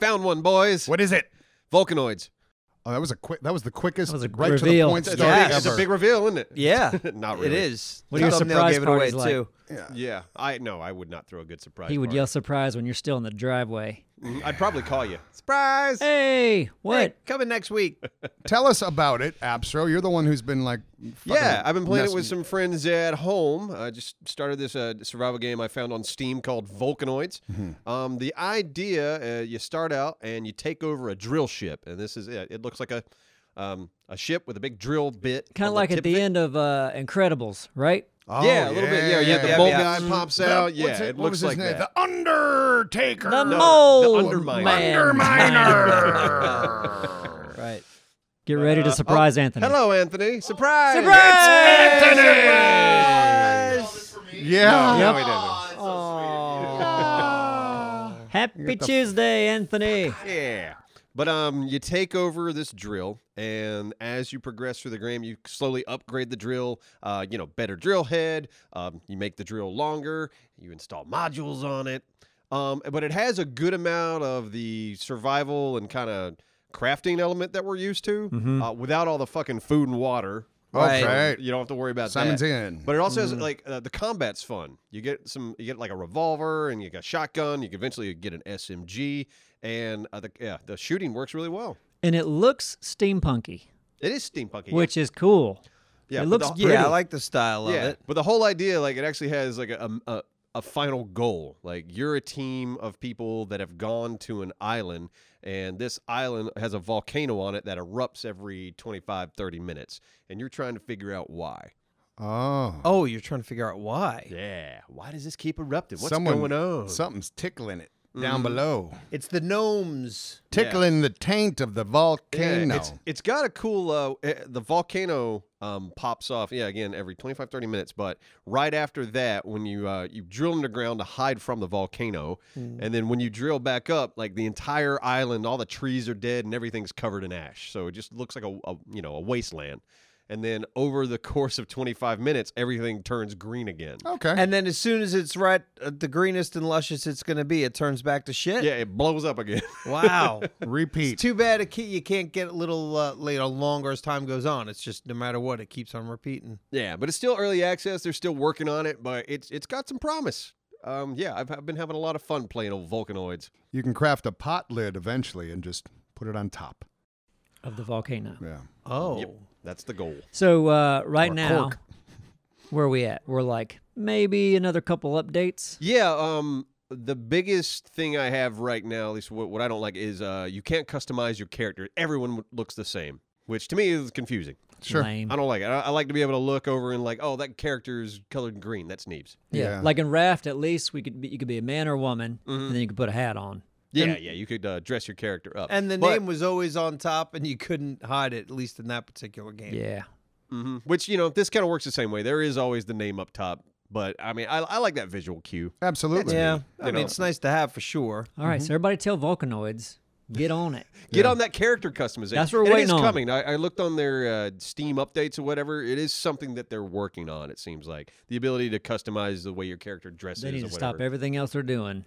Found one, boys. What is it? Vulcanoids. Oh, that was a quick. That was the quickest. That was a right to reveal. the point That's It's, start a big- Yes. it's a ever. big reveal, isn't it? Yeah, Not really. It is. What The are your thumbnail surprise gave it away parties like? too. Yeah. I no, I would not throw a good surprise. he would party. yell surprise when you're still in the driveway. Mm, I'd probably call you. Surprise! Hey, what? Hey, coming next week. Tell us about it, Abstro. You're the one who's been like. fucking Yeah, I've been playing it with messing- some friends at home. I just started this uh, survival game I found on Steam called Vulcanoids. Um, the idea: uh, you start out and you take over a drill ship, and this is it. It looks like a um, a ship with a big drill bit, Kind on of like the at tip of the it. end of uh, Incredibles, right? Oh, yeah, a little bit. Yeah, yeah. The yeah, bolt guy yeah. pops out. What's yeah, it what looks was like his name? that. The Undertaker. The the mole Underminer. man. Underminer. right. Get ready to surprise Anthony. Hello, Anthony. Oh. Surprise! yeah. No, Yep. he didn't. Happy Tuesday, Anthony. Yeah. But um, you take over this drill, and as you progress through the game, you slowly upgrade the drill. Uh, you know, better drill head. Um, you make the drill longer. You install modules on it. Um, but it has a good amount of the survival and kind of crafting element that we're used to, uh, without all the fucking food and water. Okay. So You don't have to worry about Simon's that. in. But it also Mm. has like uh, the combat's fun. You get some, you get like a revolver, and you got a shotgun. You can eventually get an SMG, and uh, the yeah, the shooting works really well. And it looks steampunky, It is steampunky, which is cool. yeah, it but looks the, Pretty. Yeah, I like the style of yeah, it. But the whole idea, like, it actually has like a, a a final goal. Like, you're a team of people that have gone to an island, and this island has a volcano on it that erupts every 25, 30 minutes, and you're trying to figure out why. oh. Oh, you're trying to figure out why. Yeah, why does this keep erupting? What's Someone- going on? Mm-hmm. Something's tickling it down below. It's the gnomes. Tickling the taint of the Yeah, volcano. it's, it's got a cool uh, eh, the volcano um, pops off yeah again every 25 30 minutes but right after that when you uh, you drill underground to hide from the volcano and then when you drill back up like the entire island all the trees are dead and everything's covered in ash so it just looks like a, a you know a wasteland and then over the course of 25 minutes everything turns green again okay. And then as soon as it's right, uh, the greenest and luscious it's going to be, it turns back to shit. yeah it blows up again Wow. Repeat. it's too bad it ke- you can't get a little uh, later longer as time goes on. It's just no matter what, it keeps on repeating. Yeah, but it's still early access. They're still working on it, but it's it's got some promise. Um, yeah, I've, I've been having a lot of fun playing old Vulcanoids. You can craft a pot lid eventually and just put it on top. Of the volcano. Yeah. Oh. Yep, that's the goal. So uh, right Or now, cork. where are we at? We're like maybe another couple updates. Yeah. Um, the biggest thing I have right now, at least what, what I don't like, is uh, you can't customize your character. Everyone w- looks the same, which to me is confusing. Sure. Lame. I don't like it. I, I like to be able to look over and like, oh, that character's colored green. That's Neebs. Yeah. Yeah. Like in Raft, at least we could be, you could be a man or a woman, Mhm. and then you could put a hat on. Yeah, yeah. You could uh, dress your character up. And the But- name was always on top, and you couldn't hide it, at least in that particular game. Yeah. Mhm. which you know, this kind of works the same way. There is always the name up top, but I mean, I, I like that visual cue. Absolutely. Yeah. I You mean, know. it's nice to have for sure. All right, So everybody tell Vulcanoids, get on it. Get on that character customization. That's what we're And waiting It is on. coming. I, I looked on their uh, Steam updates or whatever. It is something that they're working on. It seems like the ability to customize the way your character dresses. They need or to stop whatever. everything else they're doing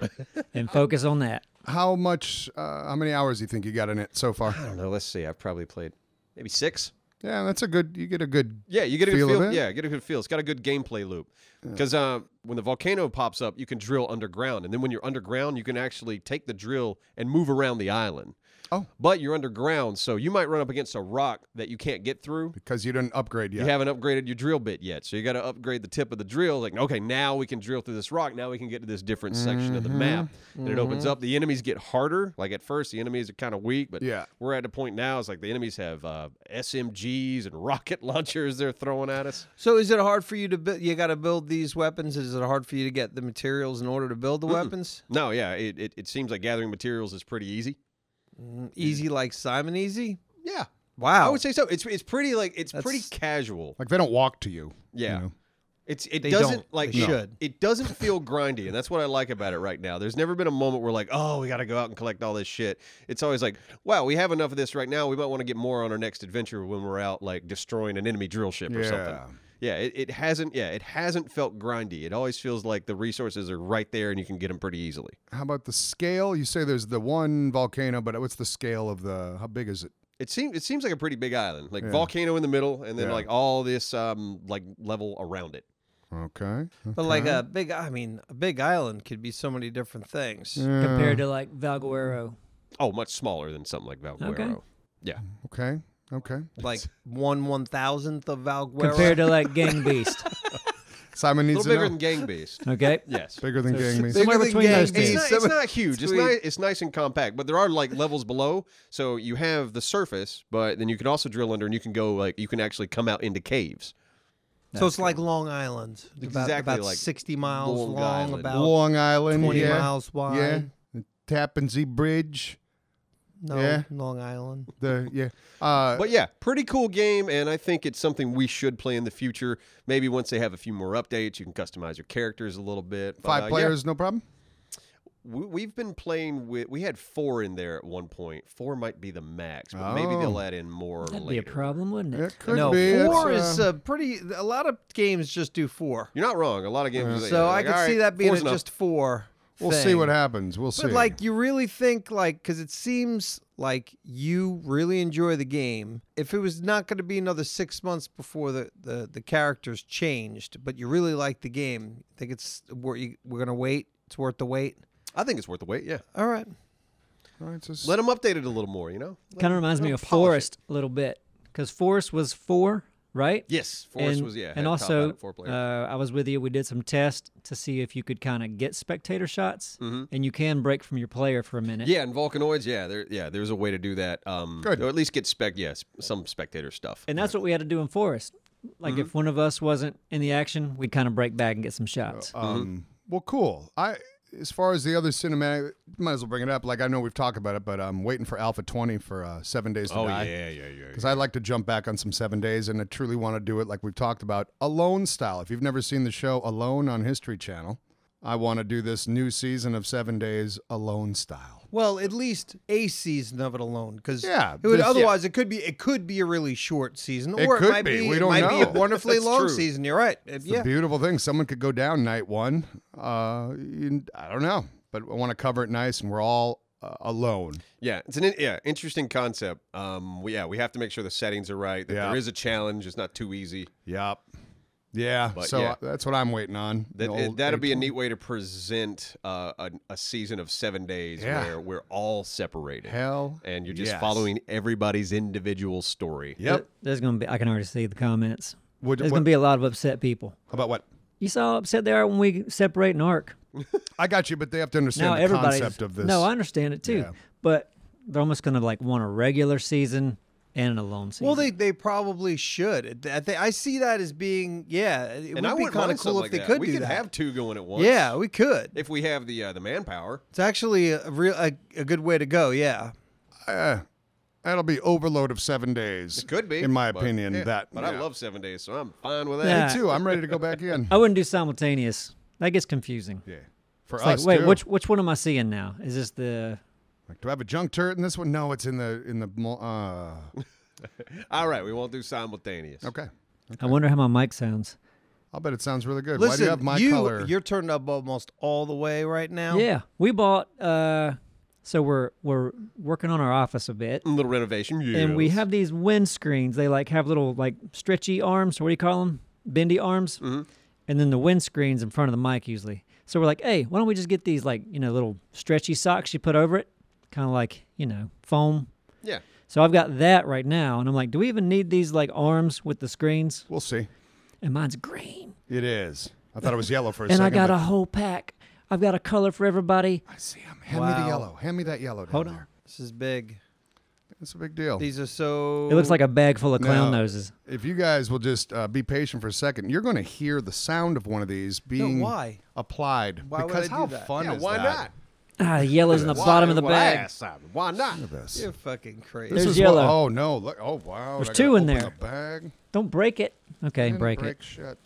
and focus on that. How much? Uh, how many hours do you think you got in it so far? I don't know. Let's see. I've probably played maybe six. Yeah, that's a good. You get a good. Yeah, you get a Feel good of feel. it? Yeah, get a good feel. It's got a good gameplay loop. Because uh, when the volcano pops up, you can drill underground, and then when you're underground, you can actually take the drill and move around the island. Oh. but you're underground, so you might run up against a rock that you can't get through. because you didn't upgrade yet. You haven't upgraded your drill bit yet, so you got to upgrade the tip of the drill. Like, okay, now we can drill through this rock. Now we can get to this different section of the map, and it opens up. The enemies get harder. Like at first, the enemies are kind of weak, but Yeah. we're at a point now. It's like the enemies have uh, SMGs and rocket launchers they're throwing at us. So is it hard for you to build? You got to build these weapons. Is it hard for you to get the materials in order to build the weapons? No, yeah, it, it, it seems like gathering materials is pretty easy. Easy like Simon Easy. Yeah, Wow. I would say so. It's it's pretty like it's pretty Oh. That's- casual. Like they don't walk to you. you Yeah. know? It's it They doesn't don't. like They it- should. It doesn't feel grindy, and that's what I like about it right now. There's never been a moment where like, oh, we got to go out and collect all this shit. It's always like, wow, we have enough of this right now. We might want to get more on our next adventure when we're out like destroying an enemy drill ship or something. Yeah. Yeah, it, it hasn't. Yeah, it hasn't felt grindy. It always feels like the resources are right there and you can get them pretty easily. How about the scale? You say there's the one volcano, but what's the scale of the? How big is it? It seems it seems like a pretty big island, like Yeah. volcano in the middle, and then Yeah. like all this um like level around it. Okay. But like okay. a big, I mean, a big island could be so many different things. Yeah, compared to like Valguero. Oh, much smaller than something like Valguero. Yeah, okay. Okay. Like one one thousandth of Valguero. Compared to like Gang Beast. Simon a needs little to know. bigger than Gang Beast. Okay. yes. bigger than So gang s- me. so- Somewhere than between those Gang It's two. Beast. not, it's not huge. It's, Sweet. ni- it's nice and compact, but there are like levels below. So you have the surface, but then you can also drill under and you can go like you can actually come out into caves. so it's like Long Island. About, Exactly about like 60 miles Long long, Island. about Long Island, 20 yeah, miles wide. yeah. The Tappan Zee Bridge, No, Yeah. Long Island. the yeah. Uh, But yeah, pretty cool game, and I think it's something we should play in the future. Maybe once they have a few more updates, you can customize your characters a little bit. But, five uh, yeah, players, no problem. we, we've been playing with. We had four in there at one point. Four might be the max, but maybe Oh. they'll add in more That'd later. be a problem, wouldn't it? It could no, be. it's, four uh, is a pretty. A lot of games just do four. You're not wrong. A lot of games. So I could can see that being a just four. we'll see what thing. happens. We'll see. But like, you really think like because it seems like you really enjoy the game. If it was not going to be another six months before the, the the characters changed, but you really like the game, think it's wor- you- we're going to wait. It's worth the wait. I think it's worth the wait. Yeah, All right. All right, just- let them update it a little more. You know, Let Kind 'em- of reminds let me 'em of polish it. Forest a little bit because Forest was four, right? Yes, Forest and, was yeah, had and top also out at four players. uh, I was with you. We did some tests to see if you could kind of get spectator shots, Mhm. and you can break from your player for a minute. yeah, and Vulcanoids. Yeah, there. Yeah, there's a way to do that. Um, Good. Or at least get spec. Yes, some spectator stuff. and that's what we had to do in Forest. Like if Mm-hmm. one of us wasn't in the action, we'd kind of break back and get some shots. Mm-hmm. Um, Well, cool. I as far as the other cinematic, might as well bring it up. Like I know we've talked about it, but I'm waiting for Alpha 20 for uh, Seven Days to oh Die. yeah, yeah, yeah. Because I'd like to jump back on some seven days, and I truly want to do it like we've talked about, alone style. If you've never seen the show Alone on History Channel, I want to do this new season of seven days alone style. Well, at least a season of it alone, because Yeah, it would, this- otherwise it could be it could be a really short season, It or could it might be. be, We it don't might be a know. wonderfully That's long true. season. You're right. It- The yeah, beautiful thing, someone could go down night one. Uh, you- I don't know, but I want to cover it nice, and we're all uh, alone. Yeah, it's an in- yeah interesting concept. Um, we, yeah, we have to make sure the settings are right. That Yeah. there is a challenge. It's not too easy. Yep. Yeah. But so uh, yeah. that's what I'm waiting on. That The it- old that'd be a A20. neat way to present uh, a, a season of seven days Yeah. where we're all separated Hell. and you're just yes. following everybody's individual story. Yep. There- There's gonna be. I can already see the comments. Would, There's what, gonna be a lot of upset people. about what? You saw how upset they are when we separate an arc. I got you, but they have to Now understand the everybody's concept of this. No, I understand it too, Yeah. but they're almost gonna like want a regular season and an alone season. Well, they, they probably should. It- I, thi- I see that as being yeah. It And would I be would kind of cool if they that. could we do could that. have two going at once. yeah, we could. if we have the uh, the manpower. It's actually a real a, a good way to go. Yeah, Uh, that'll be overload of seven days. It could be, in my but- opinion. yeah, that, But I yeah. love seven days, so I'm fine with that. Yeah. Me too. I'm ready to go back in. I wouldn't do simultaneous. That gets confusing. yeah, for It's us. like, wait, too. which which one am I seeing now? Is this the Like, do I have a junk turret in this one? No, it's in the in the. mo- Uh, All right, we won't do simultaneous. okay, I wonder how my mic sounds. I'll bet it sounds really good. Why do listen, you have my color? you're turned up almost all the way right now. Yeah, we bought. uh So we're we're working on our office a bit, A little renovation. Yes. and we have these wind screens. They like have little like stretchy arms. What do you call them? Bendy arms. Mm-hmm. And then the wind screens in front of the mic usually. So we're like, hey, why don't we just get these like you know little stretchy socks you put over it, kind of like you know foam. yeah. So I've got that right now, and I'm like, do we even need these like arms with the screens? we'll see. And mine's green. It is. I thought it was yellow for a and second. I got but- a whole pack. I've got a color for everybody. I see him. Hand me the Wow. yellow. Hand me that yellow. Down Hold on. there. this is big. It's a big deal. These are so. It Oh, looks like a bag full of clown Now, noses. If you guys will just uh, be patient for a second, you're going to hear the sound of one of these being why? applied. Why would because I do how that? fun Yeah, is why that? not? Ah, yellow's in the Why bottom of the would I bag. ask something? Why not? Look at this. You're fucking crazy. This There's is what- yellow. oh no! Look, oh wow! There's I gotta two in open there. the bag. Don't break it. Okay, Didn't break, it. shit.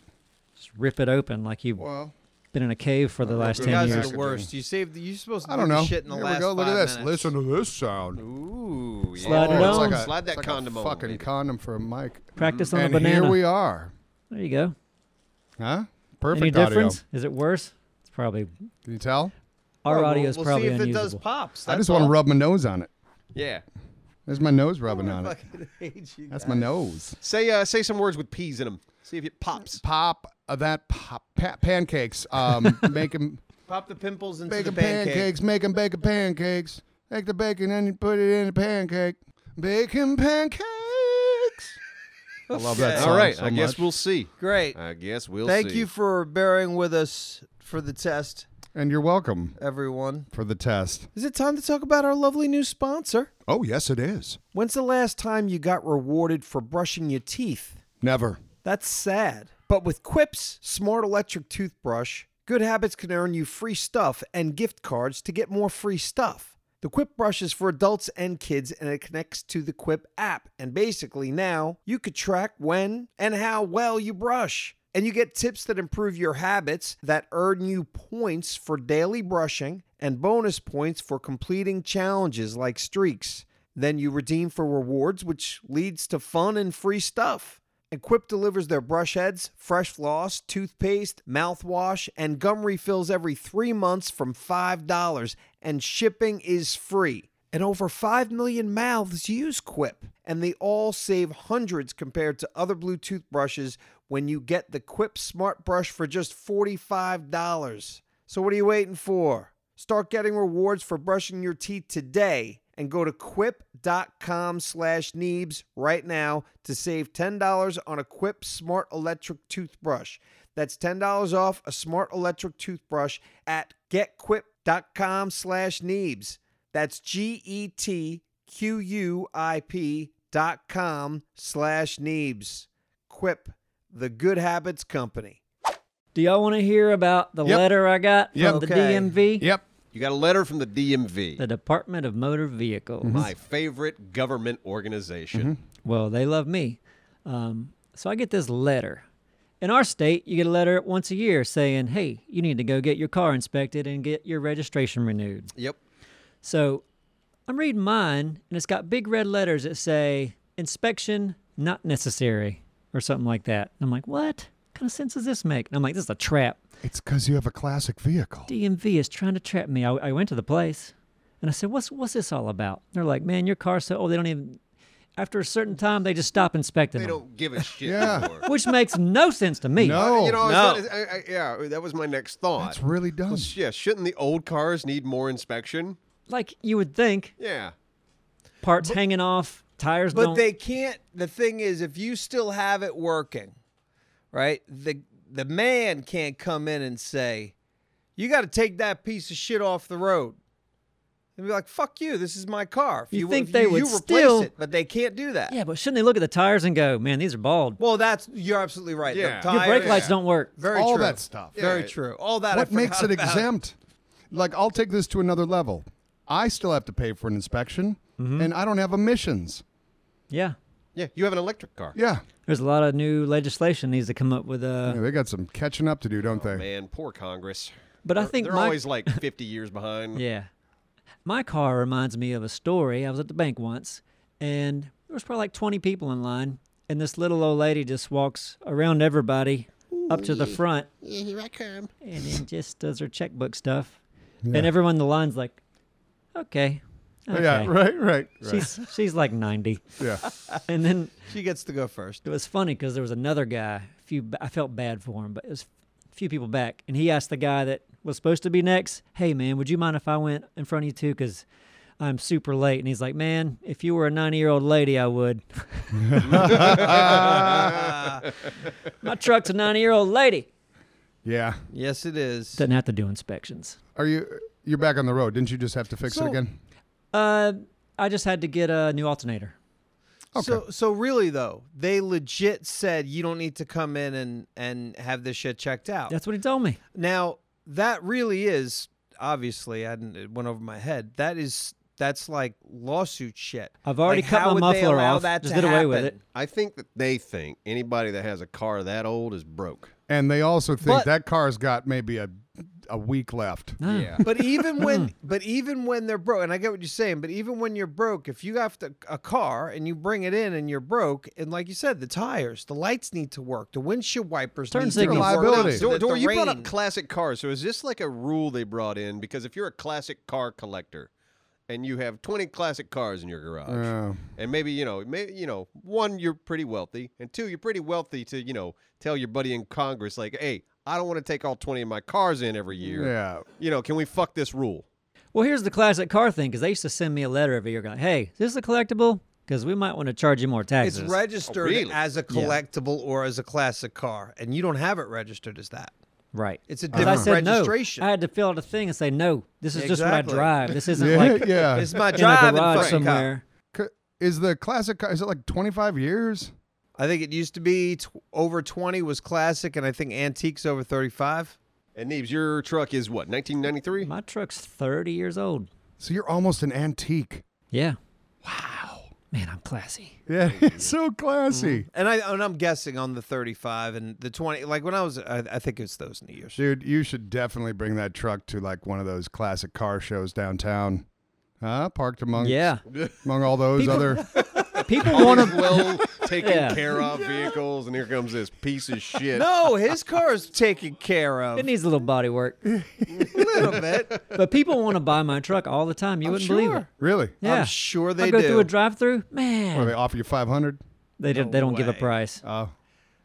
Just rip it open like you've Well, been in a cave for the last you good. ten guys Yeah. are years. the worst. You saved. You supposed to I don't do this know. shit in the Here last we go. Look at five this. minutes. Listen to this sound. Ooh, yeah. Slide it it's on. like a, Slide that it's like a condom on. Fucking baby. condom for a mic. Practice on and a banana. here we are. There you go. Huh? Any Perfect audio. difference? Is it worse? It's probably Can you tell? our Well, audio we'll- is we'll probably see if it does unusable. pops. I that's just want to all. rub my nose on it. Yeah. There's my nose I rubbing on it. fucking hate you That's guys. my nose. Say uh, say some words with peas in them. See if it pops. Pop uh, that pop pa- pancakes. Um, make them Pop the pimples into bake the 'em pancake. pancakes. Make 'em bake 'em pancakes. Take the bacon and you put it in a pancake. Bake 'em pancakes. I love that Okay. song All right. so I guess much. we'll see. Great. I guess we'll Thank see. you for bearing with us for the test, And you're welcome everyone. for the test. Is it time to talk about our lovely new sponsor? Oh yes, it is. When's the last time you got rewarded for brushing your teeth? Never. That's sad. But with Quip's smart electric toothbrush, good habits can earn you free stuff and gift cards to get more free stuff. The Quip brush is for adults and kids and it connects to the Quip app. And basically, now you could track when and how well you brush. And you get tips that improve your habits that earn you points for daily brushing and bonus points for completing challenges like streaks. Then you redeem for rewards, which leads to fun and free stuff. And Quip delivers their brush heads, fresh floss, toothpaste, mouthwash, and gum refills every three months from $5, and shipping is free. And over 5 million mouths use Quip, and they all save hundreds compared to other Bluetooth brushes when you get the Quip Smart Brush for just $45. So, what are you waiting for? Start getting rewards for brushing your teeth today and go to quip.com slash neebs right now to save $10 on a Quip Smart Electric Toothbrush. That's $10 off a Smart Electric Toothbrush at getquip.com slash neebs. That's E G-E-T-Q-U-I-P dot com slash neebs. Quip, the good habits company. Do y'all want to hear about the Yep. letter I got Yep. from the Okay. DMV, Yep. You got a letter from the DMV, the Department of Motor Vehicles? my favorite government organization. Mm-hmm. Well, they love me. Um, so I get this letter. In our state, you get a letter once a year saying, hey, you need to go get your car inspected and get your registration renewed. Yep. So I'm reading mine, and it's got big red letters that say, inspection not necessary, or something like that. And I'm like, what? kind of sense does this make? And I'm like, this is a trap. It's because you have a classic vehicle. DMV is trying to trap me. I, I went to the place and I said, "What's what's this all about?" They're like, "Man, your car's so old they don't even." After a certain time, they just stop inspecting They them, don't give a shit Yeah. anymore. which makes no sense to me. No. you know, I was No. not- I- I- yeah, that was my next thought. That's really dumb. Well, sh- yeah, shouldn't the old cars need more inspection? Like you would think, Yeah. parts hanging off, tires But don't. they can't. The thing is, if you still have it working, right? The the man can't come in and say, "You got to take that piece of shit off the road." They'd be like, "Fuck you! This is my car." If You if think they would you replace still- it, but they can't do that. yeah, but shouldn't they look at the tires and go, "Man, these are bald. Well, that's you're absolutely right. Yeah. Your The Your brake tires- lights don't work." Very All true. that stuff. Very Yeah. true. All that. I What makes forgot it about. exempt? Like, I'll take this to another level. I still have to pay for an inspection, and I don't have emissions. Yeah, Yeah, you have an electric car. Yeah. there's a lot of new legislation needs to come up with. Uh, Yeah, they got some catching up to do, don't they? Man, poor Congress. but I They're- think they're my always like 50 years behind. Yeah. My car reminds me of a story. I was at the bank once and there was probably like 20 people in line and this little old lady just walks around everybody up to the front. Yeah, here I come. And then just does her checkbook stuff. And everyone in the line's like, "Okay." Oh, okay. Yeah, right, right, right. She's she's like 90. yeah. And then She gets to go first. it was funny because there was another guy. A few, I felt bad for him, but it was a few people back, and he asked the guy that was supposed to be next, "Hey man, would you mind if I went in front of you too? Because I'm super late." And he's like, "Man, if you were a 90 year old lady, I would. My truck's a 90 year old lady. Yeah. Yes, it is. Doesn't have to do inspections. Are you you're back on the road? Didn't you just have to fix So- it again? Uh, I just had to get a new alternator. So so really though, they legit said you don't need to come in and and have this shit checked out. That's what he told me. Now that really is obviously, I didn't, it went over my head. That is that's like lawsuit shit. I've already Like, cut my how would they muffler allow off. That Just to did away with happen? I think that they think anybody that has a car that old is broke. And they also think But- that car's got maybe a a week left. No. Yeah. But even Mm. when, but even when they're broke, and I get what you're saying, but even when you're broke, if you have to, a car and you bring it in and you're broke, and like you said, the tires, the lights need to work, the windshield wipers, Turn need signals. to work, Reliability. so Dor, that Dor, the you brought rain- up classic cars. So is this like a rule they brought in? Because if you're a classic car collector and you have 20 classic cars in your garage, Yeah. and maybe you know, may, you know, one you're pretty wealthy, and two you're pretty wealthy to you know tell your buddy in Congress like, hey, I don't want to take all 20 of my cars in every year. yeah. You know, can we fuck this rule? Well, here's the classic car thing because they used to send me a letter every year going, hey, is this a collectible? Because we might want to charge you more It's taxes. registered really? as a collectible or as a classic car, and you don't have it registered as that. Right. It's a 'Cause different I said registration. no. I had to fill out a thing and say no. This is just what I Exactly. drive. This isn't Yeah, like yeah. it's my in a driving garage fucking car. somewhere. C- Is the classic car? Is it like twenty five years? I think it used to be t- over 20 was classic, and I think antiques over 35. And Neebs, your truck is what 1993? My truck's 30 years old. So you're almost an antique. Yeah. Wow. Man, I'm classy. Yeah, it's so classy, And I and I'm guessing on the 35 and the 20. Like when I was, I, I think it's those New Year's. dude. You should definitely bring that truck to like one of those classic car shows downtown. Huh? Parked among Yeah. among all those People- other. People All want these to. well taken Yeah. care of vehicles, and here comes this piece of shit. No, his car is taken care of. It needs a little body work. a little bit. But people want to buy my truck all the time. You wouldn't believe it. sure. Really? Yeah. I'm sure I they go do. through a drive through. Or Man. they offer you five hundred? they, don't, they don't give a price. Oh,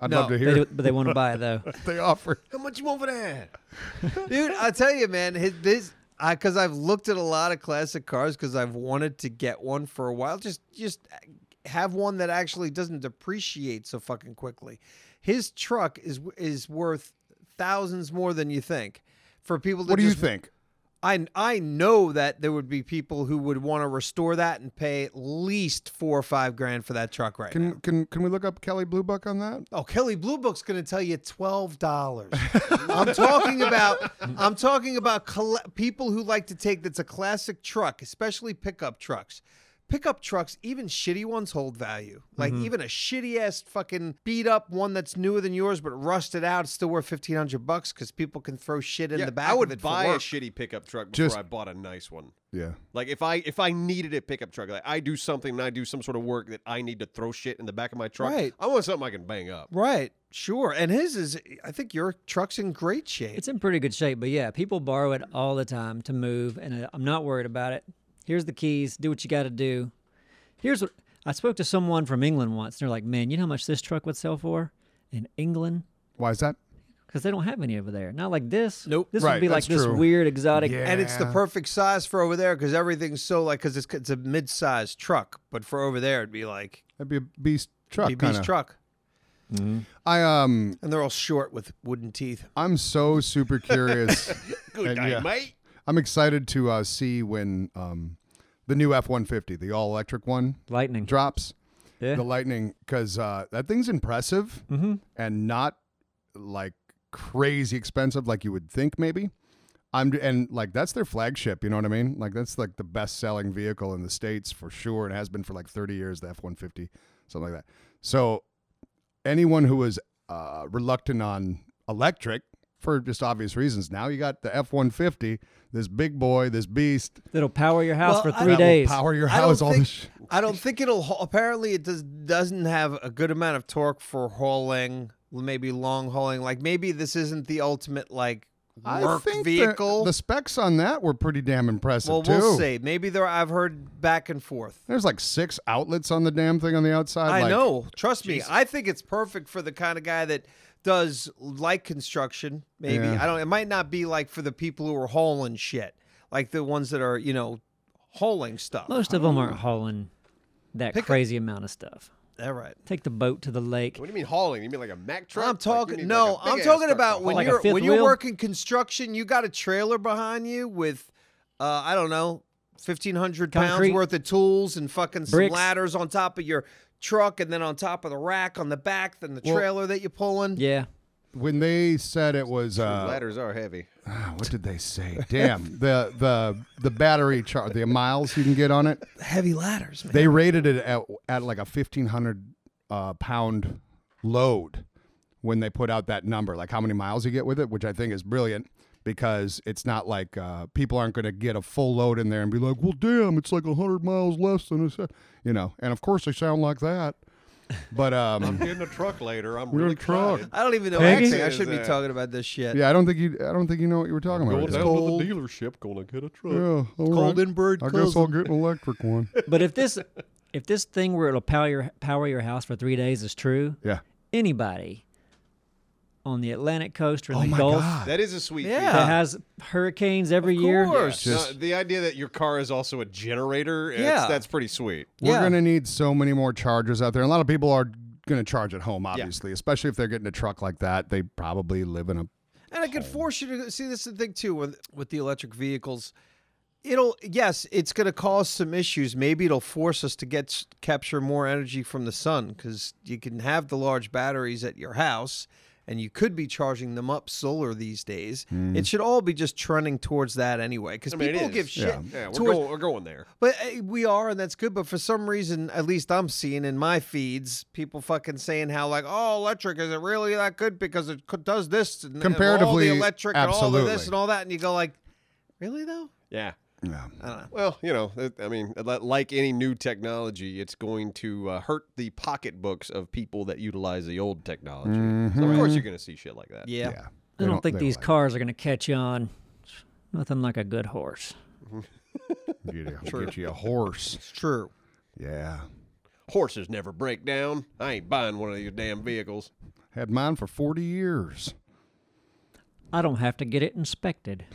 I'd No, love to They hear. do, but they want to buy it, though. they offer. How much you want for that? Dude, I tell you, man, his, this I because I've looked at a lot of classic cars because I've wanted to get one for a while. Just just have one that actually doesn't depreciate so fucking quickly. His truck is is worth thousands more than you think. For people, to What do you just- think? I I know that there would be people who would want to restore that and pay at least four or five grand for that truck right now. Can can can we look up Kelly Blue Book on that? Oh, Kelly Blue Book's going to tell you twelve dollars. I'm talking about I'm talking about colle- people who like to take that's a classic truck, especially pickup trucks. Pickup trucks, even shitty ones, hold value. Like Mm-hmm. even a shitty ass fucking beat up one that's newer than yours but rusted out, it's still worth fifteen hundred bucks because people can throw shit in Yeah, the back. I would of it buy for a work. shitty pickup truck before Just- I bought a nice one. Yeah. Like if I if I needed a pickup truck, like I do something and I do some sort of work that I need to throw shit in the back of my truck. Right. I want something I can bang up. Right. Sure. And his is I think your truck's in great shape. It's in pretty good shape, but yeah, people borrow it all the time to move, and I- I'm not worried about it. Here's the keys. Do what you got to do. Here's what I spoke to someone from England once, and they're like, "Man, you know how much this truck would sell for in England? Why is that? Because they don't have any over there. Not like this. Nope. This Right, would be like that's this true. weird exotic. Yeah. and it's the perfect size for over there because everything's so like because it's it's a mid-sized truck, but for over there it'd be like That'd be a beast truck. BB's kinda. truck, I um. and they're all short with wooden teeth. I'm so super curious. Good And, night, yeah. mate. I'm excited to uh, see when um, the new F-150, the all-electric one, Lightning. drops. Yeah. The Lightning, because uh, that thing's impressive and not like crazy expensive, like you would think maybe. I'm and like that's their flagship. You know what I mean? Like that's like the best-selling vehicle in the states for sure, and has been for like 30 years. The F-150, something like that. So anyone who was uh, reluctant on electric for just obvious reasons, now you got the F one fifty, this big boy, this beast. That'll power your house for Well, I- that three will days. power your I don't house. All think this. Sh- I don't think it'll. hau- Apparently, it does doesn't have a good amount of torque for hauling, maybe long hauling. Like maybe this isn't the ultimate like I work think the- vehicle. The, specs on that were pretty damn impressive well, too. we'll see. Maybe there. I've heard back and forth. There's like six outlets on the damn thing on the outside. I like, know. Trust me. I think it's perfect for the kind of guy that does light construction. Maybe Yeah. I don't. It might not be like for the people who are hauling shit, like the ones that are you know hauling stuff. Most of them aren't hauling that crazy amount of stuff. All right. Take the boat to the lake. What do you mean hauling? You mean like a Mac truck? I'm Like, you talking. need, no, like, a I'm big-ass talking truck Oh about to when haul. Like a you're fifth when you're wheel? working construction. You got a trailer behind you with, uh, I don't know, fifteen hundred pounds Concrete. worth of tools and fucking some Bricks. ladders on top of your truck, and then on top of the rack on the back, then the trailer that you're pulling. Yeah. when they said it was uh, ladders are heavy. Ah, what did they say? Damn the the the battery charge, the miles you can get on it. Heavy ladders, man. They rated it at at like a fifteen hundred uh, pound load when they put out that number, like how many miles you get with it, which I think is brilliant because it's not like uh, people aren't going to get a full load in there and be like, well, damn, it's like 100 miles less than a, you know. And of course, they sound like that. But um, Get in the truck later. I'm We're really in a truck. excited. I don't even know Peggy? acting. I should be Is, uh, talking about this shit. yeah, I don't think you, I don't think you know what you were talking Go about. down Yeah, to the dealership, gonna get a truck. all right. Cold in bird I guess clothes. I'll get an electric one. But if this if this thing where it'll power your power your house for three days is true, Yeah. anybody on the Atlantic coast or in Oh the my Gulf god. That is a sweet Yeah. feature. that has hurricanes every year, Of course. No, Just- the idea that your car is also a generator, it's- Yeah. that's pretty sweet. We're Yeah. gonna need so many more chargers out there. And a lot of people are gonna charge at home, obviously, especially if they're getting a truck like that. They probably live in a And I could force you to see this is the thing too with with the electric vehicles. It'll yes, it's going to cause some issues. Maybe it'll force us to get s- capture more energy from the sun because you can have the large batteries at your house, and you could be charging them up solar these days. It should all be just trending towards that anyway because Hmm. I mean, it people is. give shit. Yeah. Yeah, we're, towards- going, we're going there. But uh, we are, and that's good. But for some reason, at least I'm seeing in my feeds, people fucking saying how like, oh, electric is it really that good because it co- does this and, and all Comparatively, the electric and all of absolutely. this and all that, and you go like, really though? Yeah. yeah. I don't know. Well, you know, it- I mean, li- like any new technology, it's going to uh, hurt the pocketbooks of people that utilize the old technology. So of Mm-hmm. course, you're going to see shit like that. Yeah. yeah. I They don't, think they these like cars are going to catch on. Nothing like a good horse. it. get you, get you a horse. it's true. Yeah. Horses never break down. I ain't buying one of your damn vehicles. Had mine for forty years. I don't have to get it inspected.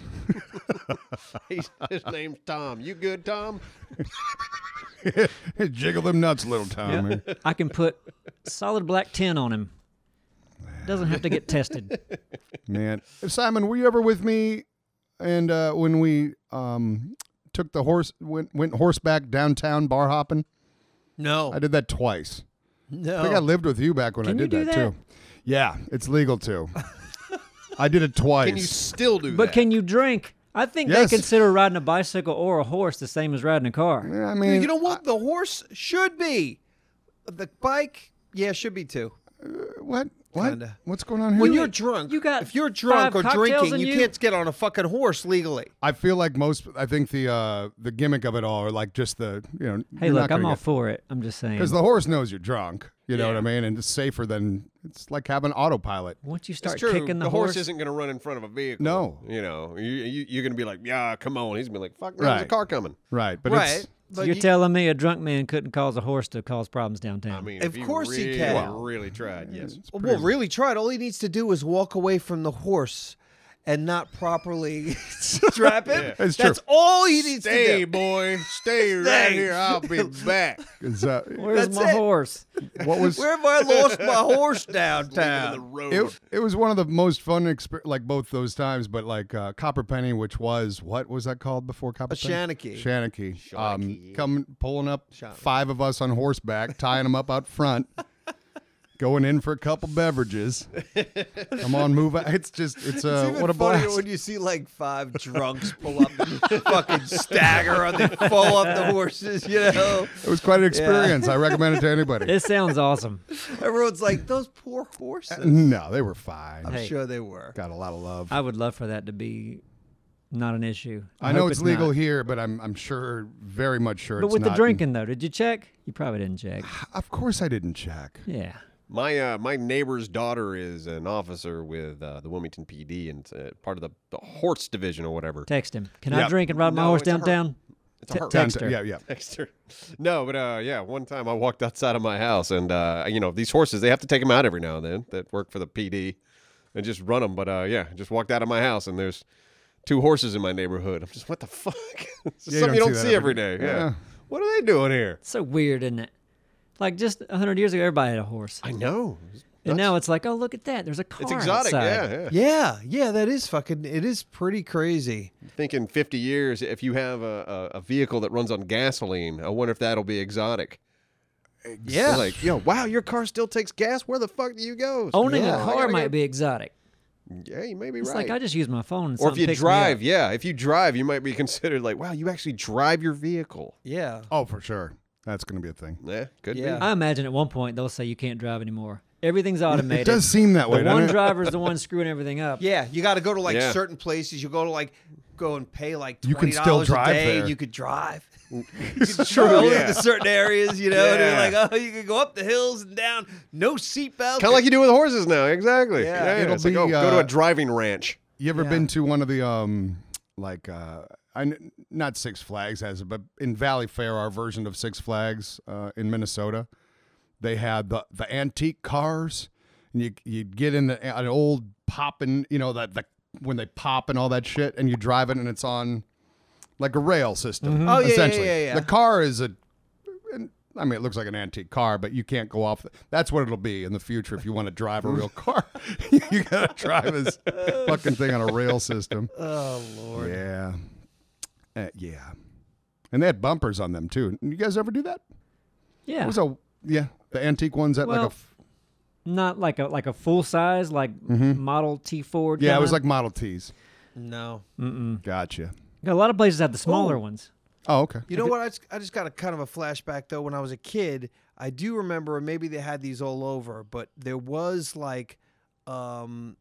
He's, his name's Tom. You good, Tom? Jiggle them nuts, little Tommy. I can put solid black tin on him. Doesn't have to get tested. Man, Simon, were you ever with me? And uh, when we um, took the horse, went, went horseback downtown bar hopping, No, I did that twice. I no. think I lived with you back when Oh. Can I you did do that, that? too. Yeah, it's legal too. I did it twice. Can you still do But that? can you drink? I think Yes. they consider riding a bicycle or a horse the same as riding a car. Yeah, I mean, you know what? The horse should be, the bike, yeah, should be too. what? What? Kinda. What's going on here? When you're drunk, you got if you're drunk or five cocktails drinking, in you, you? can't get on a fucking horse legally. I feel like most. I think the uh, the gimmick of it all, or like just the you know. Hey, look, I'm all for it. I'm just saying. because the horse knows you're drunk. You know what I Yeah. mean? And it's safer than it's like having autopilot. Once you It's start true. kicking the, horse, isn't going to run in front of a vehicle. No. You know, you, you, you're going to be like, yeah, come on. He's going to be like, fuck, no, there's a Right. car coming. Right, but right. it's But you're you- telling me a drunk man couldn't cause a horse to cause problems downtown? I mean, Of if you course he really, can. Mm. Well- really tried, yes. Well, really try it. All he needs to do is walk away from the horse and not properly strap him. It's That's true. all he needs Stay, to do. boy. Stay right Stay. here. I'll be back. is uh, Where's that's my it. horse? what was Where have I lost my horse Leave it in the downtown? road. it, it was one of the most fun experience like both those times but like uh, copper penny which was what was that called before copper A penny Shanachie. shanachie um coming pulling up five of us on horseback tying them up out front going in for a couple beverages come on move out. it's just it's uh, It's even what a funnier blast when you see like five drunks pull up and fucking stagger on they fall off the horses, you know. it was quite an experience i recommend it to anybody This sounds awesome. Everyone's like, those poor horses. no they were fine Hey. Sure they were. got a lot of love I would love for that to be not an issue. I, know hope it's, legal not. here but i'm i'm sure very much sure But it's with the not. drinking though, did you check? You probably didn't check. of course i didn't check Yeah. My uh, my neighbor's daughter is an officer with uh, the Wilmington PD and uh, part of the, the horse division or whatever. Text him. Can I Yeah. drink and ride my No, horse it's a her- downtown? It's a her. text her. yeah yeah Text her. No, but uh, yeah, one time I walked outside of my house and uh, you know these horses they have to take them out every now and then that work for the PD and just run them. But uh, yeah, just walked out of my house and there's two horses in my neighborhood. I'm just what the fuck? It's Yeah, you something you don't don't see see, that every day. every day. Yeah. Yeah. What are they doing here? It's so weird, isn't it? Like just a hundred years ago, everybody had a horse, I know. and now it's like, oh look at that, there's a car. It's exotic. outside. Yeah, yeah. Yeah, yeah, that is fucking it is pretty crazy. think in 50 years, if you have a, a, a vehicle that runs on gasoline, I wonder if that'll be exotic. Yeah. Like, yo, wow, your car still takes gas. Where the fuck do you go? Owning Yeah, a I car gotta might go- be exotic. Yeah, you may be It's right. like I just use my phone. And or if something you picks me drive, up. yeah, if you drive, you might be considered like, wow, you actually drive your vehicle. yeah. Oh, for sure. That's going to be a thing. Yeah, could Yeah. be. I imagine at one point they'll say you can't drive anymore. Everything's automated. It does seem that the way. one doesn't it? driver's the one screwing everything up. Yeah, you got to go to like Yeah. certain places. You go to like go and pay like You twenty can still dollars a drive day. there. And you could drive. you could drive only yeah. to certain areas, you know. Yeah. And you're like, oh, you can go up the hills and down. No seatbelts. Kind of like you do with horses now, exactly. Yeah. It'll it's like, be, oh, go to uh, a driving ranch. You ever Yeah. been to one of the um like uh I kn- not Six Flags has it, but in Valley Fair, our version of Six Flags uh, in Minnesota, they had the the antique cars, and you you'd get in the, an old popping, you know that the when they pop and all that shit, and you drive it, and it's on like a rail system. Oh, yeah, yeah, essentially. yeah, yeah. The car is a. an- I mean, it looks like an antique car, but you can't go off. The, that's what it'll be in the future if you want to drive a real car. you gotta drive this fucking thing on a rail system. oh lord. Yeah, Uh, yeah. And they had bumpers on them too. You guys ever do that? yeah. It was a yeah, the antique ones that like Well, a f- Not like a like a full size like Model T Ford. Mm-hmm. yeah. It was kinda. like Model Ts. No. Gotcha. a lot of places have the smaller ones. Oh, okay. You know what? I just, I just got a kind of a flashback though. When I was a kid, I do remember, and maybe they had these all over, but there was like um,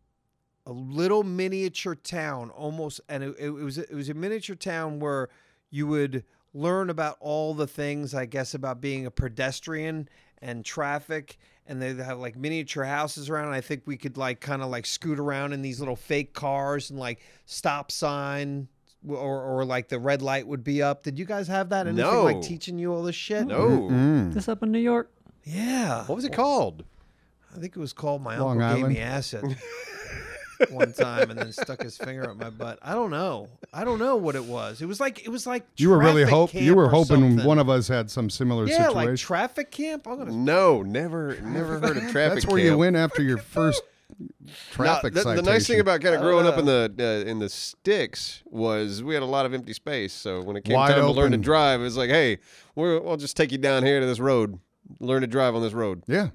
a little miniature town, almost, and it, it was it was a miniature town where you would learn about all the things, I guess, about being a pedestrian and traffic. And they have like miniature houses around. And I think we could like kind of like scoot around in these little fake cars and like stop sign or, or like the red light would be up. Did you guys have that? Anything like No. teaching you all this shit? No. Mm. This up in New York. Yeah. Oh, What was it called? I think it was called My Long Uncle Island. Gave Me Acid one time and then stuck his finger up my butt. I don't know. I don't know what it was. It was like it was like You were really traffic hope camp you were or hoping something. one of Mm. us had some similar Yeah, situation. like traffic camp. I'm gonna No, never, never heard of traffic. That's where you camp. went after your first traffic Now, the, the citation. nice thing about Oh, kind of I growing don't up in the uh, in the sticks was we had a lot of empty space. So when it came Wide time to learn to open. drive, it was like, hey, we're, I'll just take you down here to this road, learn to drive on this road, yeah,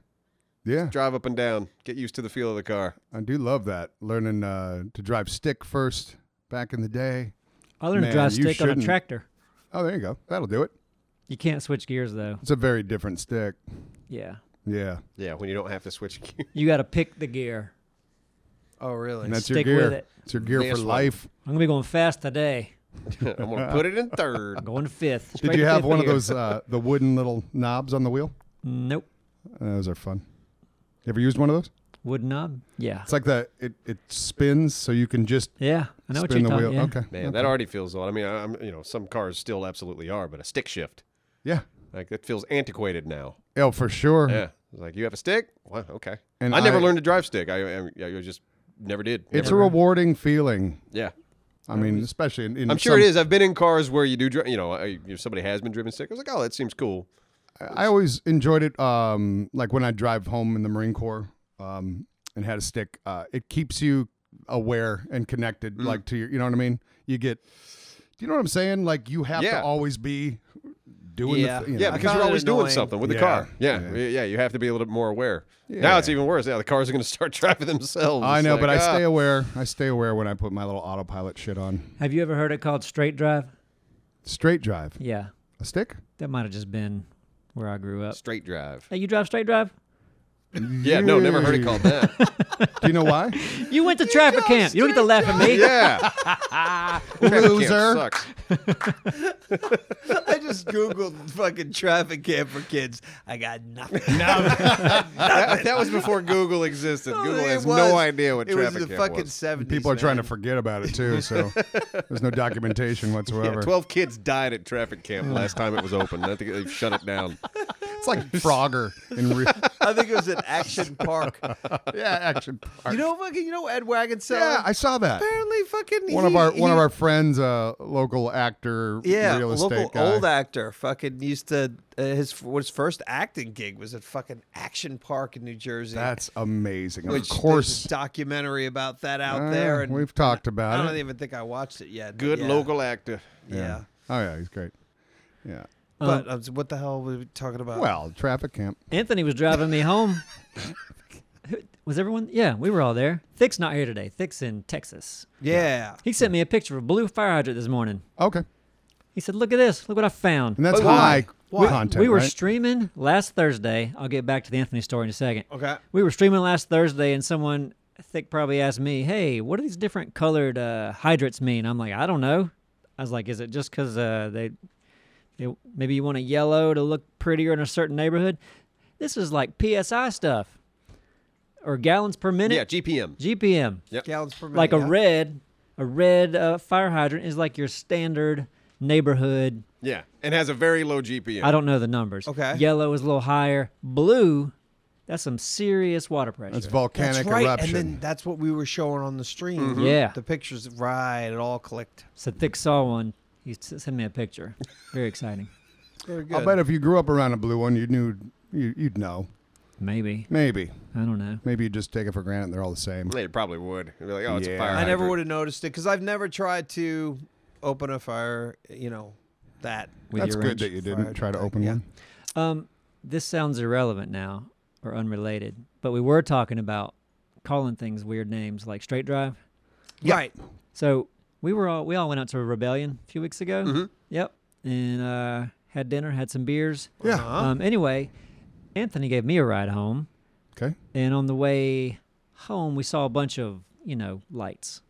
yeah, drive up and down, get used to the feel of the car. I do love that learning uh, to drive stick first back in the day. I learned Man, to drive you stick on a shouldn't. tractor. Oh, there you go. That'll do it. You can't switch gears though. It's a very different stick. Yeah. Yeah, Yeah, when you don't have to switch gears. You got to pick the gear. Oh really? and that's Stick your with gear. it. It's your gear This for one. life. I'm gonna be going fast today. I'm gonna put it in third. I'm going to fifth. Straight Did you to have fifth one of gear. those uh, the wooden little knobs on the wheel? Nope. Uh, those are fun. You ever used one of those? Wood knob. Yeah. It's like the it it spins so you can just Yeah. I know what spin you're the talking. wheel. Yeah. Okay. Man, that already feels old. I mean, I- I'm you know some cars still absolutely are, but a stick shift Yeah. like that feels antiquated now. Oh, for sure. Yeah, It's like you have a stick. Well, okay. And I never I- learned to drive stick. I, I, I just never did. It's a Never. rewarding feeling. yeah. I mean, especially in, in I'm sure some- it is. I've been in cars where you do, dri- you know, I, if somebody has been driven sick. I was like, oh, that seems cool. I always enjoyed it. Um, like when I drive home in the Marine Corps, um, and had a stick. Uh, it keeps you aware and Mm. connected, like to your. You know what I mean? You get. Do you know what I'm saying? Like you have Yeah. to always be doing. Yeah. The, th- you Yeah, know. because found you're it always doing annoying. something with the Yeah. car. Yeah, Yeah. yeah, You have to be a little bit more aware. Now it's Yeah. even worse. Yeah, the cars are going to start driving themselves. I It's know, like, but I ah. stay aware. I stay aware when I put my little autopilot shit on. Have you ever heard it called straight drive? Straight drive, Yeah. a stick. That might have just been where I grew up. straight drive. Hey, you drive straight drive? Yeah, no, never heard it called that. Do you know why? You went to traffic camp. You don't get to laugh at me. yeah, Camp Loser. sucks. I just googled fucking traffic camp for kids. I got nothing. That, that was before Google existed. Google It has was- no idea what it traffic was. the camp fucking was. seventies. People are trying to forget about it too, so there's no documentation Yeah, whatsoever. twelve kids died at traffic camp last time it was open. I think they've shut it down. It's like Frogger in real. I think it was at Action Park. yeah, action. Park. You know, fucking, you know, Ed Wagonseller. yeah, I saw that. apparently fucking One of our he- one of he- our friends, uh, local actor, yeah real estate local guy. old actor fucking used to uh, his what his first acting gig was at fucking Action Park in New Jersey. That's amazing. which of there's course, a documentary about that out Yeah, there, and we've talked I about don't it. even think I watched it yet. but Good yeah, local actor. yeah. Uh, Oh yeah, he's great. Yeah. But um, what the hell were we talking about? Well, traffic camp. Anthony was driving me home. Who- was everyone? Yeah, we were all there. Thick's not here today. Thick's in Texas. yeah, He sent me a picture of a blue fire hydrant this morning. Okay, He said, "Look at this. Look what I found." and that's But high why? content. we were right? streaming last Thursday. I'll get back to the Anthony story in a second. Okay. We were streaming last Thursday, and someone I think probably asked me, "Hey, what do these different colored uh, hydrates mean?" I'm like, "I don't know." I was like, "Is it just because uh, they, they maybe you want a yellow to look prettier in a certain neighborhood?" This is like PSI stuff, or gallons per Yeah, minute, GPM. GPM. Gallons per minute. Like a yeah. red, a red uh, fire hydrant is like your standard neighborhood Yeah, and has a very low GPM. I don't know the numbers. Okay. Yellow is a little higher. Blue, that's some serious water pressure. It's volcanic That's right. eruption. And then that's what we were showing on the stream. Mm-hmm. Yeah. The pictures, right? It all clicked. it's a thick saw one. He s- sent me a picture. Very exciting. Very good. I'll bet if you grew up around a blue one, you knew you, you'd know. Maybe. Maybe, I don't know. maybe you just take it for granted. They're all the same. They probably would. They'd be like, oh, it's a Yeah. fire. I never hydrant. would have noticed it because I've never tried to open a fire, you know, that. With That's your good wrench. that you didn't Fried try to attack, open yeah. one. Um, this sounds irrelevant now or unrelated, but we were talking about calling things weird names like straight drive. Right. So we were all we all went out to a rebellion a few weeks ago. Mm-hmm. Yep, and uh, had dinner, had some beers. Yeah. Um, anyway, Anthony gave me a ride home. Okay. And on the way home, we saw a bunch of, you know, lights,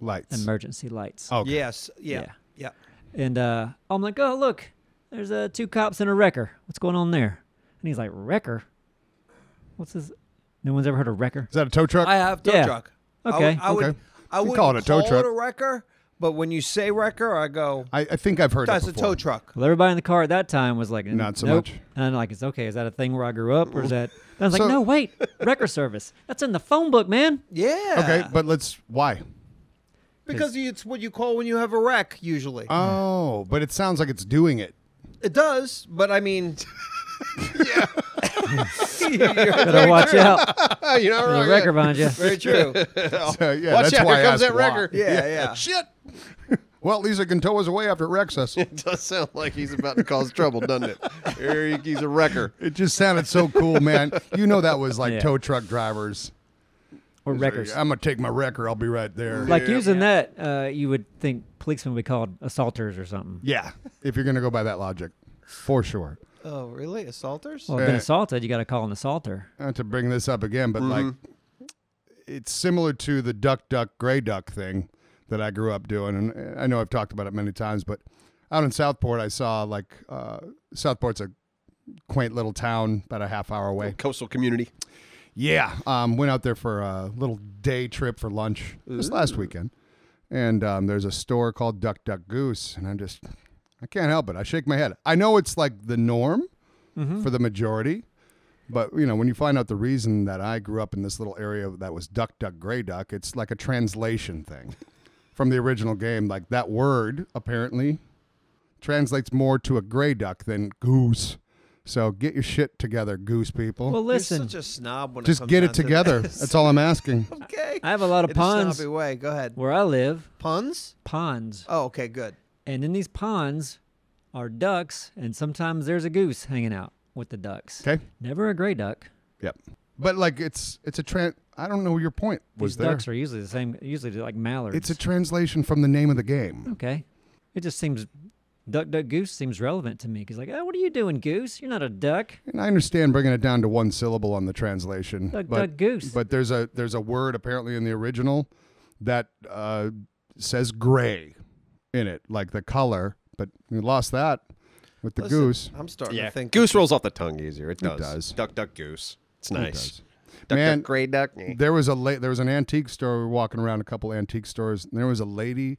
Lights. emergency lights. Oh, okay. Yes. Yeah. Yeah. Yeah. And uh, I'm like, oh, look, there's uh, two cops and a wrecker. What's going on there? And he's like, wrecker? What's this? No one's ever heard of wrecker? Is that a tow truck? I have tow Yeah. truck. Okay. I, would- I would. Okay. I We would call it a tow truck. it a wrecker, but when you say wrecker, I go. I, I think I've heard That's it a before. tow truck. Well, everybody in the car at that time was like, Not so nope. much. And I'm like, it's okay. Is that a thing where I grew up, or is that? And I was like, So- no, wait, wrecker service. That's in the phone book, man. Yeah. Okay, but let's why? Because it's what you call when you have a wreck. Usually, Oh, but it sounds like it's doing it. it does. But I mean, Better watch out. Ah, you know, There's right, a wrecker behind you. very true. Oh, So, yeah, Watch that's out! why Here I comes asked that why. wrecker. Yeah, yeah. Shit. Well, at least it can tow us away after it wrecks us. It does sound like he's about to cause trouble, doesn't it? Eric, he's a wrecker. It just sounded so cool, man. You know that was like Yeah. tow truck drivers. Or wreckers. I'm gonna take my wrecker. I'll be right there. Like using that, uh, you would think policemen would be called assaulters or something. yeah, if you're gonna go by that logic, for sure. Oh, really? Assaulters? Well, I've been Uh, assaulted. You got to call an assaulter. Not uh, to bring this up again, but like, it's similar to the duck, duck, gray duck thing that I grew up doing, and I know I've talked about it many times. But out in Southport, I saw like uh, Southport's a quaint little town about a half hour away. Coastal community. Yeah, um, went out there for a little day trip for lunch this last weekend, and um, there's a store called Duck Duck Goose, and I'm just, I can't help it. I shake my head. I know it's like the norm for the majority, but you know when you find out the reason that I grew up in this little area that was Duck Duck Gray Duck, it's like a translation thing from the original game. Like that word apparently translates more to a gray duck than goose. So get your shit together, goose people. Well, listen, You're such a snob when it Just comes get down it to together. this. That's all I'm asking. okay. I have a lot of In a ponds snobby way. Go ahead. where I live. Puns? Ponds, Oh, okay, good. and in these ponds are ducks, and sometimes there's a goose hanging out with the ducks. Okay. Never a gray duck. Yep. But like, it's it's a tran. I don't know your point was These there. ducks are usually the same. Usually they're like mallards. It's a translation from the name of the game. okay. It just seems duck, duck, goose seems relevant to me because like, oh, what are you doing, goose? You're not a duck. And I understand bringing it down to one syllable on the translation. Duck, but, duck, goose. But there's a there's a word apparently in the original that uh, says gray in it, like the color. But we lost that with the Listen, goose. I'm starting to think. Goose rolls off the tongue easier. It does. does. Duck, duck, goose. It's nice. does. Duck, Man, duck, gray duck. There was a la- there was an antique store. We were walking around a couple antique stores, and there was a lady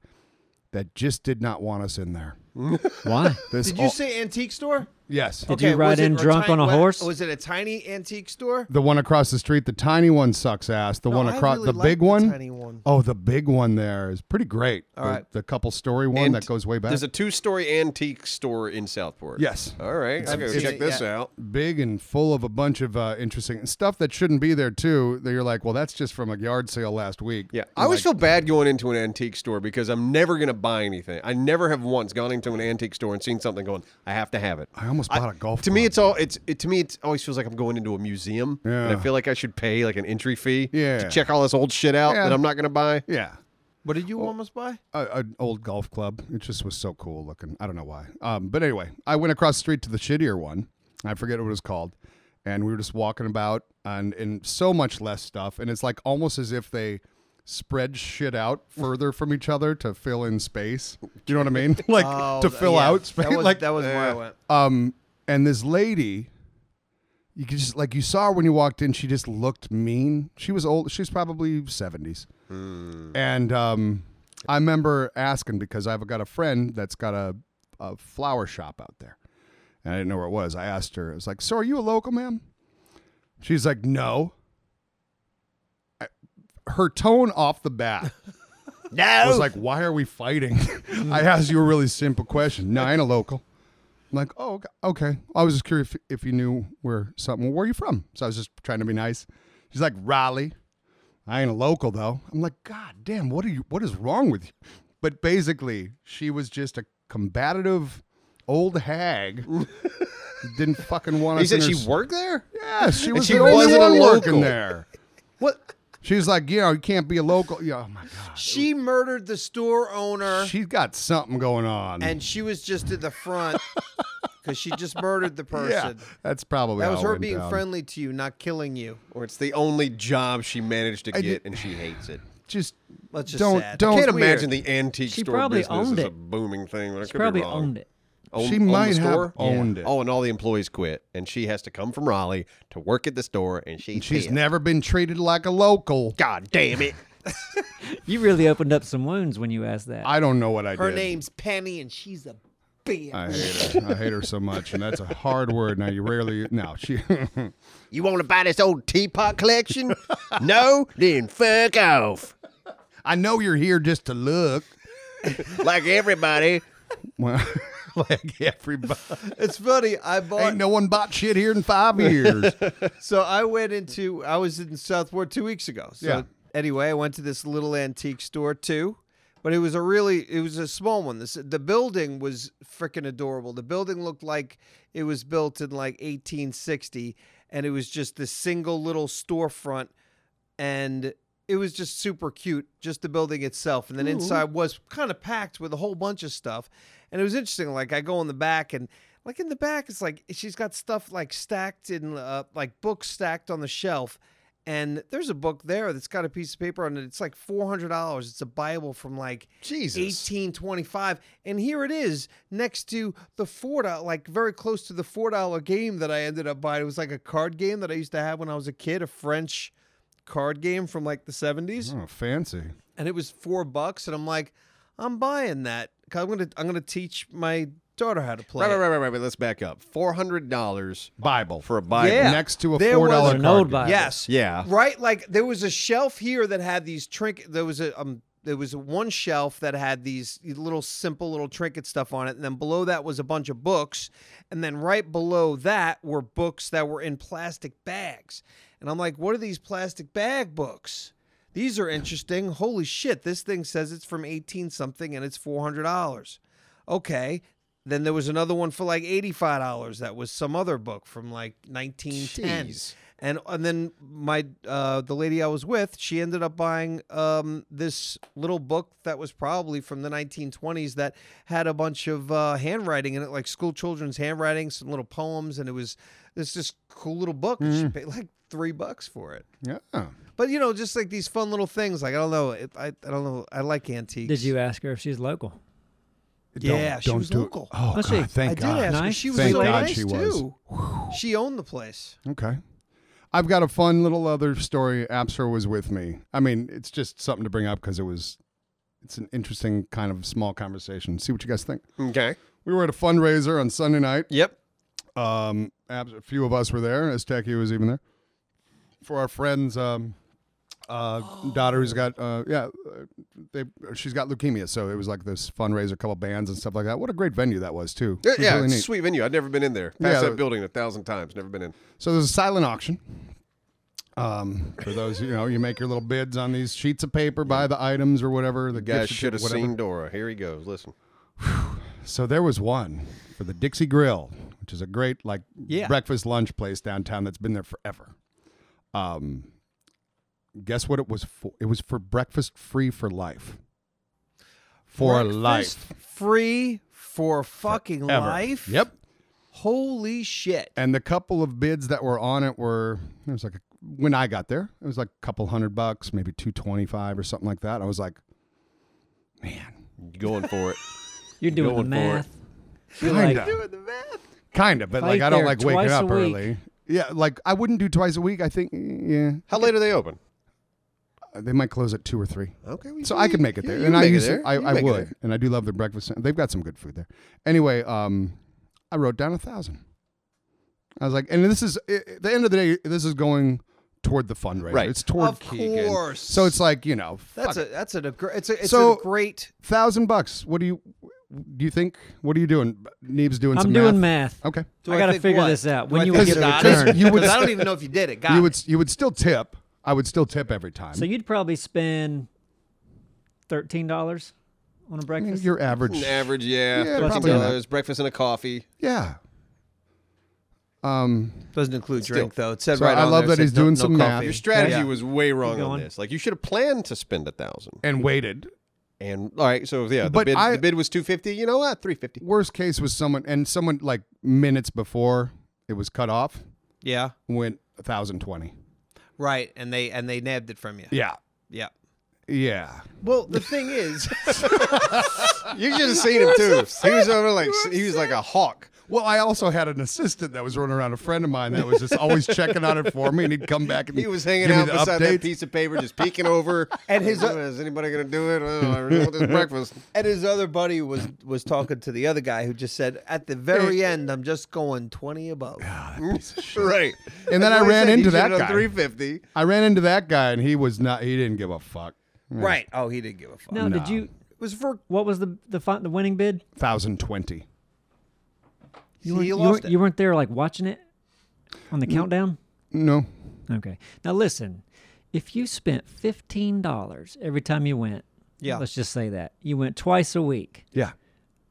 that just did not want us in there. Why? This Did you all- say antique store? yes? Did you ride was it in a drunk on tiny- a wa- horse? Was it a tiny antique store? The one across the street, the tiny one sucks ass. The No, one I across the really like big the one. tiny one. Oh, the big one there is pretty great. All the, right. the couple story one that goes way back. There's a two story antique store in Southport. Yes. All right. I'll go seen check it, this yeah. out. big and full of a bunch of uh, interesting stuff that shouldn't be there too. That you're like, well, that's just from a yard sale last week. Yeah, I I always feel bad going into an antique store because I'm never going to buy anything. I never have once gone into an antique store and seen something going, I have to have it. I almost bought a golf. to me, club. it's all it's it, to me. It always feels like I'm going into a museum, and Yeah. I feel like I should pay like an entry fee Yeah. to check all this old shit out Yeah. that I'm not going to buy. yeah. What did Oh. you almost buy? a, an old golf club. It just was so cool looking. I don't know why. Um, but anyway, I went across the street to the shittier one. I forget what it was called. And we were just walking about and, and so much less stuff. And it's like almost as if they spread shit out further from each other to fill in space. Do you know what I mean? Like Oh, to th- fill yeah, out space. That was, like that was where I eh. went. Um, and this lady, you could just like you saw her when you walked in. She just looked mean. She was old. She's probably seventies. And um, I remember asking because I've got a friend that's got a, a flower shop out there, and I didn't know where it was. I asked her. I was like, "So are you a local, ma'am?" She's like, "No." I- Her tone off the bat No. Oh. was like, "Why are we fighting?" I asked you a really simple question. No, I ain't a local. I'm like, "Oh, okay- okay." I was just curious if, if you knew where something. Where are you from? So I was just trying to be nice. She's like, "Raleigh." I ain't a local though. I'm like, "God damn, what are you? What is wrong with you?" But basically, she was just a combative old hag. Didn't fucking want He us. in said she her s- worked there. Yeah, she was. she the only wasn't a one working local. there. what? She's like, you know, you can't be a local. Yeah, oh my god, She murdered the store owner, she's got something going on. and she was just at the front because she just murdered the person. Yeah, that's probably That how was it her went being down. friendly to you, not killing you. Or it's the only job she managed to I get, did- and she hates it. Just That's just don't sad. don't. Can't weird. imagine the antique She store probably business owned is a it. booming thing. but I She could probably be wrong. owned it. Own- she owned the might have store? owned it. Oh, and all the employees quit, and she has to come from Raleigh to work at the store, and she's She's pissed. never been treated like a local. God damn it! You really opened up some wounds when you asked that. I don't know what I Her did. name's Penny, and she's a bitch. I hate her. I hate her so much, and that's a hard word. Now you rarely. No, she. You want to buy this old teapot collection? no? Then fuck off. I know you're here just to look. Like everybody. Well, like everybody, It's funny. I bought ain't no one bought shit here in five years. So I went into I was in Southport two weeks ago. So Yeah. anyway, I went to this little antique store too. But it was a really it was a small one. This the building was freaking adorable. The building looked like it was built in like 1860 and it was just this single little storefront and it was just super cute, just the building itself. And then inside was kind of packed with a whole bunch of stuff. And it was interesting. Like I go in the back and like in the back, it's like she's got stuff like stacked in uh, like books stacked on the shelf. And there's a book there that's got a piece of paper on it. It's like four hundred dollars. It's a Bible from like Jesus. 1825 and here it is next to the four dollar like very close to the four dollar game that i ended up buying it was like a card game that i used to have when i was a kid a french card game from like the 70s Mm-hmm. Oh, fancy. and it was four bucks and i'm like i'm buying that 'cause i'm gonna i'm gonna teach my daughter how to play Right, it. right, right, right, right. But let's back up. $400 Bible for a Bible. Yeah. next to a There four was dollar an card. old game. Bible. yes Yeah. right like there was a shelf here that had these trinket there was a um there was one shelf that had these little simple little trinket stuff on it and then below that was a bunch of books and then right below that were books that were in plastic bags and i'm like what are these plastic bag books these are interesting holy shit this thing says it's from 18 something and it's $400 okay then there was another one for like $85 that was some other book from like 1910 Jeez. and uh, and then my uh, the lady I was with, she ended up buying um, this little book that was probably from the 1920s that had a bunch of uh, handwriting in it, like school children's handwriting, some little poems, and it was this just cool little book. And Mm. she paid like three bucks for it. Yeah. But you know, just like these fun little things. Like I don't know, it, I I don't know. I like antiques. Did you uh, ask her if she's local? Yeah, Don't- she don't was do it. local. Oh, Oh, she- God, thank I did God. ask her. Nice. She was Thank so God nice she was. too. She owned the place. Okay. I've got a fun little other story. Absor was with me. I mean, it's just something to bring up because it was, it's an interesting kind of small conversation. See what you guys think. Okay. We were at a fundraiser on Sunday night. Yep. Um, Abs- a few of us were there. Azteki was even there for our friend's um, uh, Oh. daughter who's got uh, yeah, uh, they she's got leukemia. So it was like this fundraiser, a couple bands and stuff like that. What a great venue that was too. Yeah, It was yeah, really it's a neat. sweet venue. I've never been in there. Yeah, Passed the- that building a thousand times. Never been in. So there's a silent auction. Um, for those you know, you make your little bids on these sheets of paper, buy the items or whatever. The Guys gift should have certificate, seen whatever. Dora. Here he goes. Listen. So there was one for the Dixie Grill, which is a great like Yeah. breakfast lunch place downtown that's been there forever. Um, guess what it was for? It was for breakfast free for life. for Breakfast life. Free for fucking Ever. life. Yep. Holy shit. And the couple of bids that were on it were it was like a, when I got there, it was like a couple hundred bucks, maybe 225 or something like that. I was like, man, Going for it. You're doing the Going for it. math. You're like, Kinda. kind of, but If I like eat I don't there like waking twice a up week- early. Yeah, like I wouldn't do twice a week. I think yeah, How late are they open? Uh, they might close at 2 or 3. Okay. So I could make it there, and I used to, I, I would, and I do love their breakfast. They've got some good food there. Anyway, um, I wrote down a thousand. I was like, and this is i- at the end of the day, this is going toward the fundraiser. Right. It's toward of Keegan. course. so it's like you know, that's a that's an upgra- it's a it's So- a great thousand bucks. What do you do? You think? What are you doing? Neeb's doing I'm some doing math. Okay, Do I gotta think figure what? this out. Do When I you think would get a about return. it? You would 'Cause I st- don't even know if you did it. Got you it. would s- you would still tip. I would still tip every time. So you'd probably spend thirteen dollars on a I mean, breakfast. your average, Average, yeah, Yeah, thirteen probably dollars, breakfast and a coffee. yeah. Um, Doesn't include drink though. It said So right I on love that there, it said he's no- doing no some math. coffee. Your strategy Yeah. was way wrong on going. this. Like you should have planned to spend a thousand. and waited. And all right, so yeah, the But bid I- the bid was two fifty. You know what? Three fifty. worst case was someone and someone like minutes before it was cut off Yeah. went 1020 Right. And they and they nabbed it from you. yeah Yeah. yeah Well, the thing is, You should have seen him too. He was over like he was like a hawk. well i also had an assistant that was running around a friend of mine that was just always checking on it for me and he'd come back and He was hanging give me out the beside that updates. uh, piece of paper, just peeking over. and his is anybody gonna do it? Oh, I really want this breakfast. and his other buddy was was talking to the other guy who just said, "At the very end, I'm just going twenty above." right. And then I ran into that guy. Three fifty. i ran into that guy and he was not he didn't give a fuck Right. Oh, he didn't give a fuck. now, No. did you? It was for What was the the fi- the winning bid? 1020 you, weren't- he you, lost weren't, it. Mm. you weren't there like watching it on the countdown. no Okay. Now listen, if you spent fifteen dollars every time you went, Yeah. let's just say that you went twice a week, yeah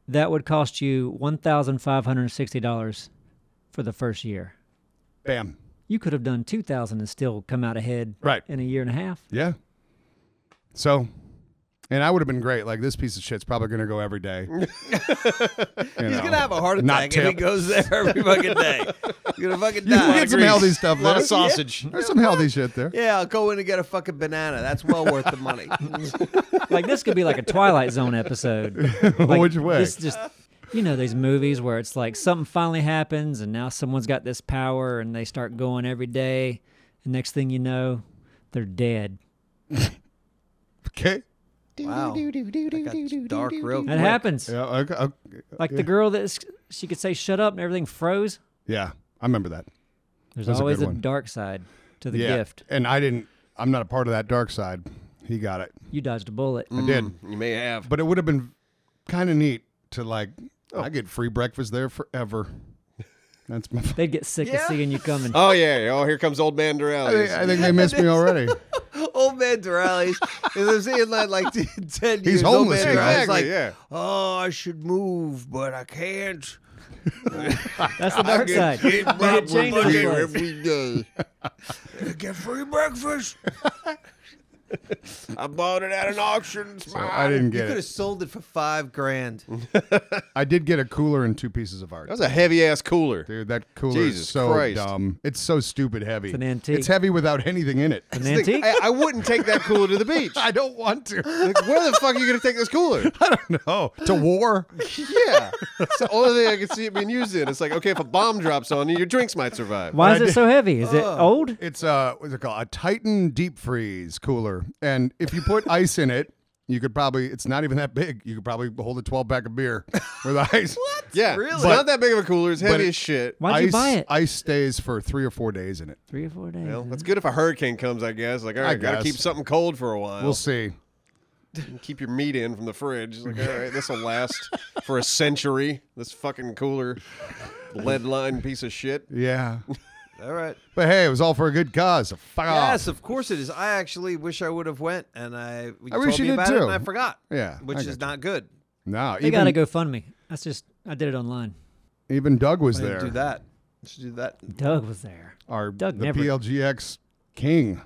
that would cost you one thousand five hundred sixty dollars for the first year. bam You could have done two thousand and still come out ahead Right. in a year and a half. yeah so and I would have been great. Like this piece of shit's probably gonna go every day. He's gonna have a heart Not attack if he tip. goes there every fucking day. He's gonna fucking You can die. get some healthy stuff. A lot of there. sausage. There's some healthy shit there. Yeah, I'll go in and get a fucking banana. That's well worth the money. like this could be like a Twilight Zone episode. Like, Which way? This just you know these movies where it's like something finally happens and now someone's got this power and they start going every day. And next thing you know, they're dead. okay. wow, that got dark real That quick. happens. Yeah. Okay. okay. Like the girl that s- she could say shut up and everything froze. Yeah, I remember that. There's That's a always good a, one. dark side to the yeah. gift. And I didn't. I'm not a part of that dark side. He got it. You dodged a bullet. I did. You may have. But it would have been kind of neat to like. I get free breakfast there forever. That's my. They'd get sick of seeing you coming. Oh yeah. Oh, here comes old man Durrell. I think, I think they missed me already. Old man Dorales. I'm saying like like ten years. homeless, Old man Dorales exactly. is like, yeah. oh, I should move, but I can't. That's the dark side. Get They my had changed money the place. every day. I get free breakfast. I bought it at an auction. It's mine. I didn't You get could have it. sold it for five grand. I did get a cooler and two pieces of art. That was a heavy ass cooler. Dude, that cooler Jesus is so Christ. dumb. It's so stupid heavy. It's an antique. It's heavy without anything in it. An antique? I, I wouldn't take that cooler to the beach. I don't want to. Like, where the fuck are you gonna take this cooler? no, to war. Yeah, it's the only thing I can see it being used in. It's like, okay, if a bomb drops on you, your drinks might survive. Why is it so heavy? Is it Uh. old? It's a what's it called? A Titan deep freeze cooler, and if you put ice in it, you could probably. It's not even that big. You could probably hold a twelve pack of beer with ice. what? Yeah, Really? it's But- not that big of a cooler. It's heavy it- as shit. Why'd ice, you buy it? Ice stays for three or four days in it. Three or four days. Well, that's good if a hurricane comes, I guess. Like, all right, gotta guess. keep something cold for a while. We'll see. keep your meat in from the fridge. It's Like, all right, this will last for a century. This fucking cooler, lead line piece of shit. Yeah, All right. but hey, it was all for a good cause. So fuck Yes, off. of course it is. I actually wish I would have went, and I you I wish told you me did about it, too. and I forgot. Yeah, which I is gotcha. not good. No, They even got to go fund me. That's just, I did it online. even Doug was there. Do that. Let's do that. Doug was there. Our Doug the never- PLGX king.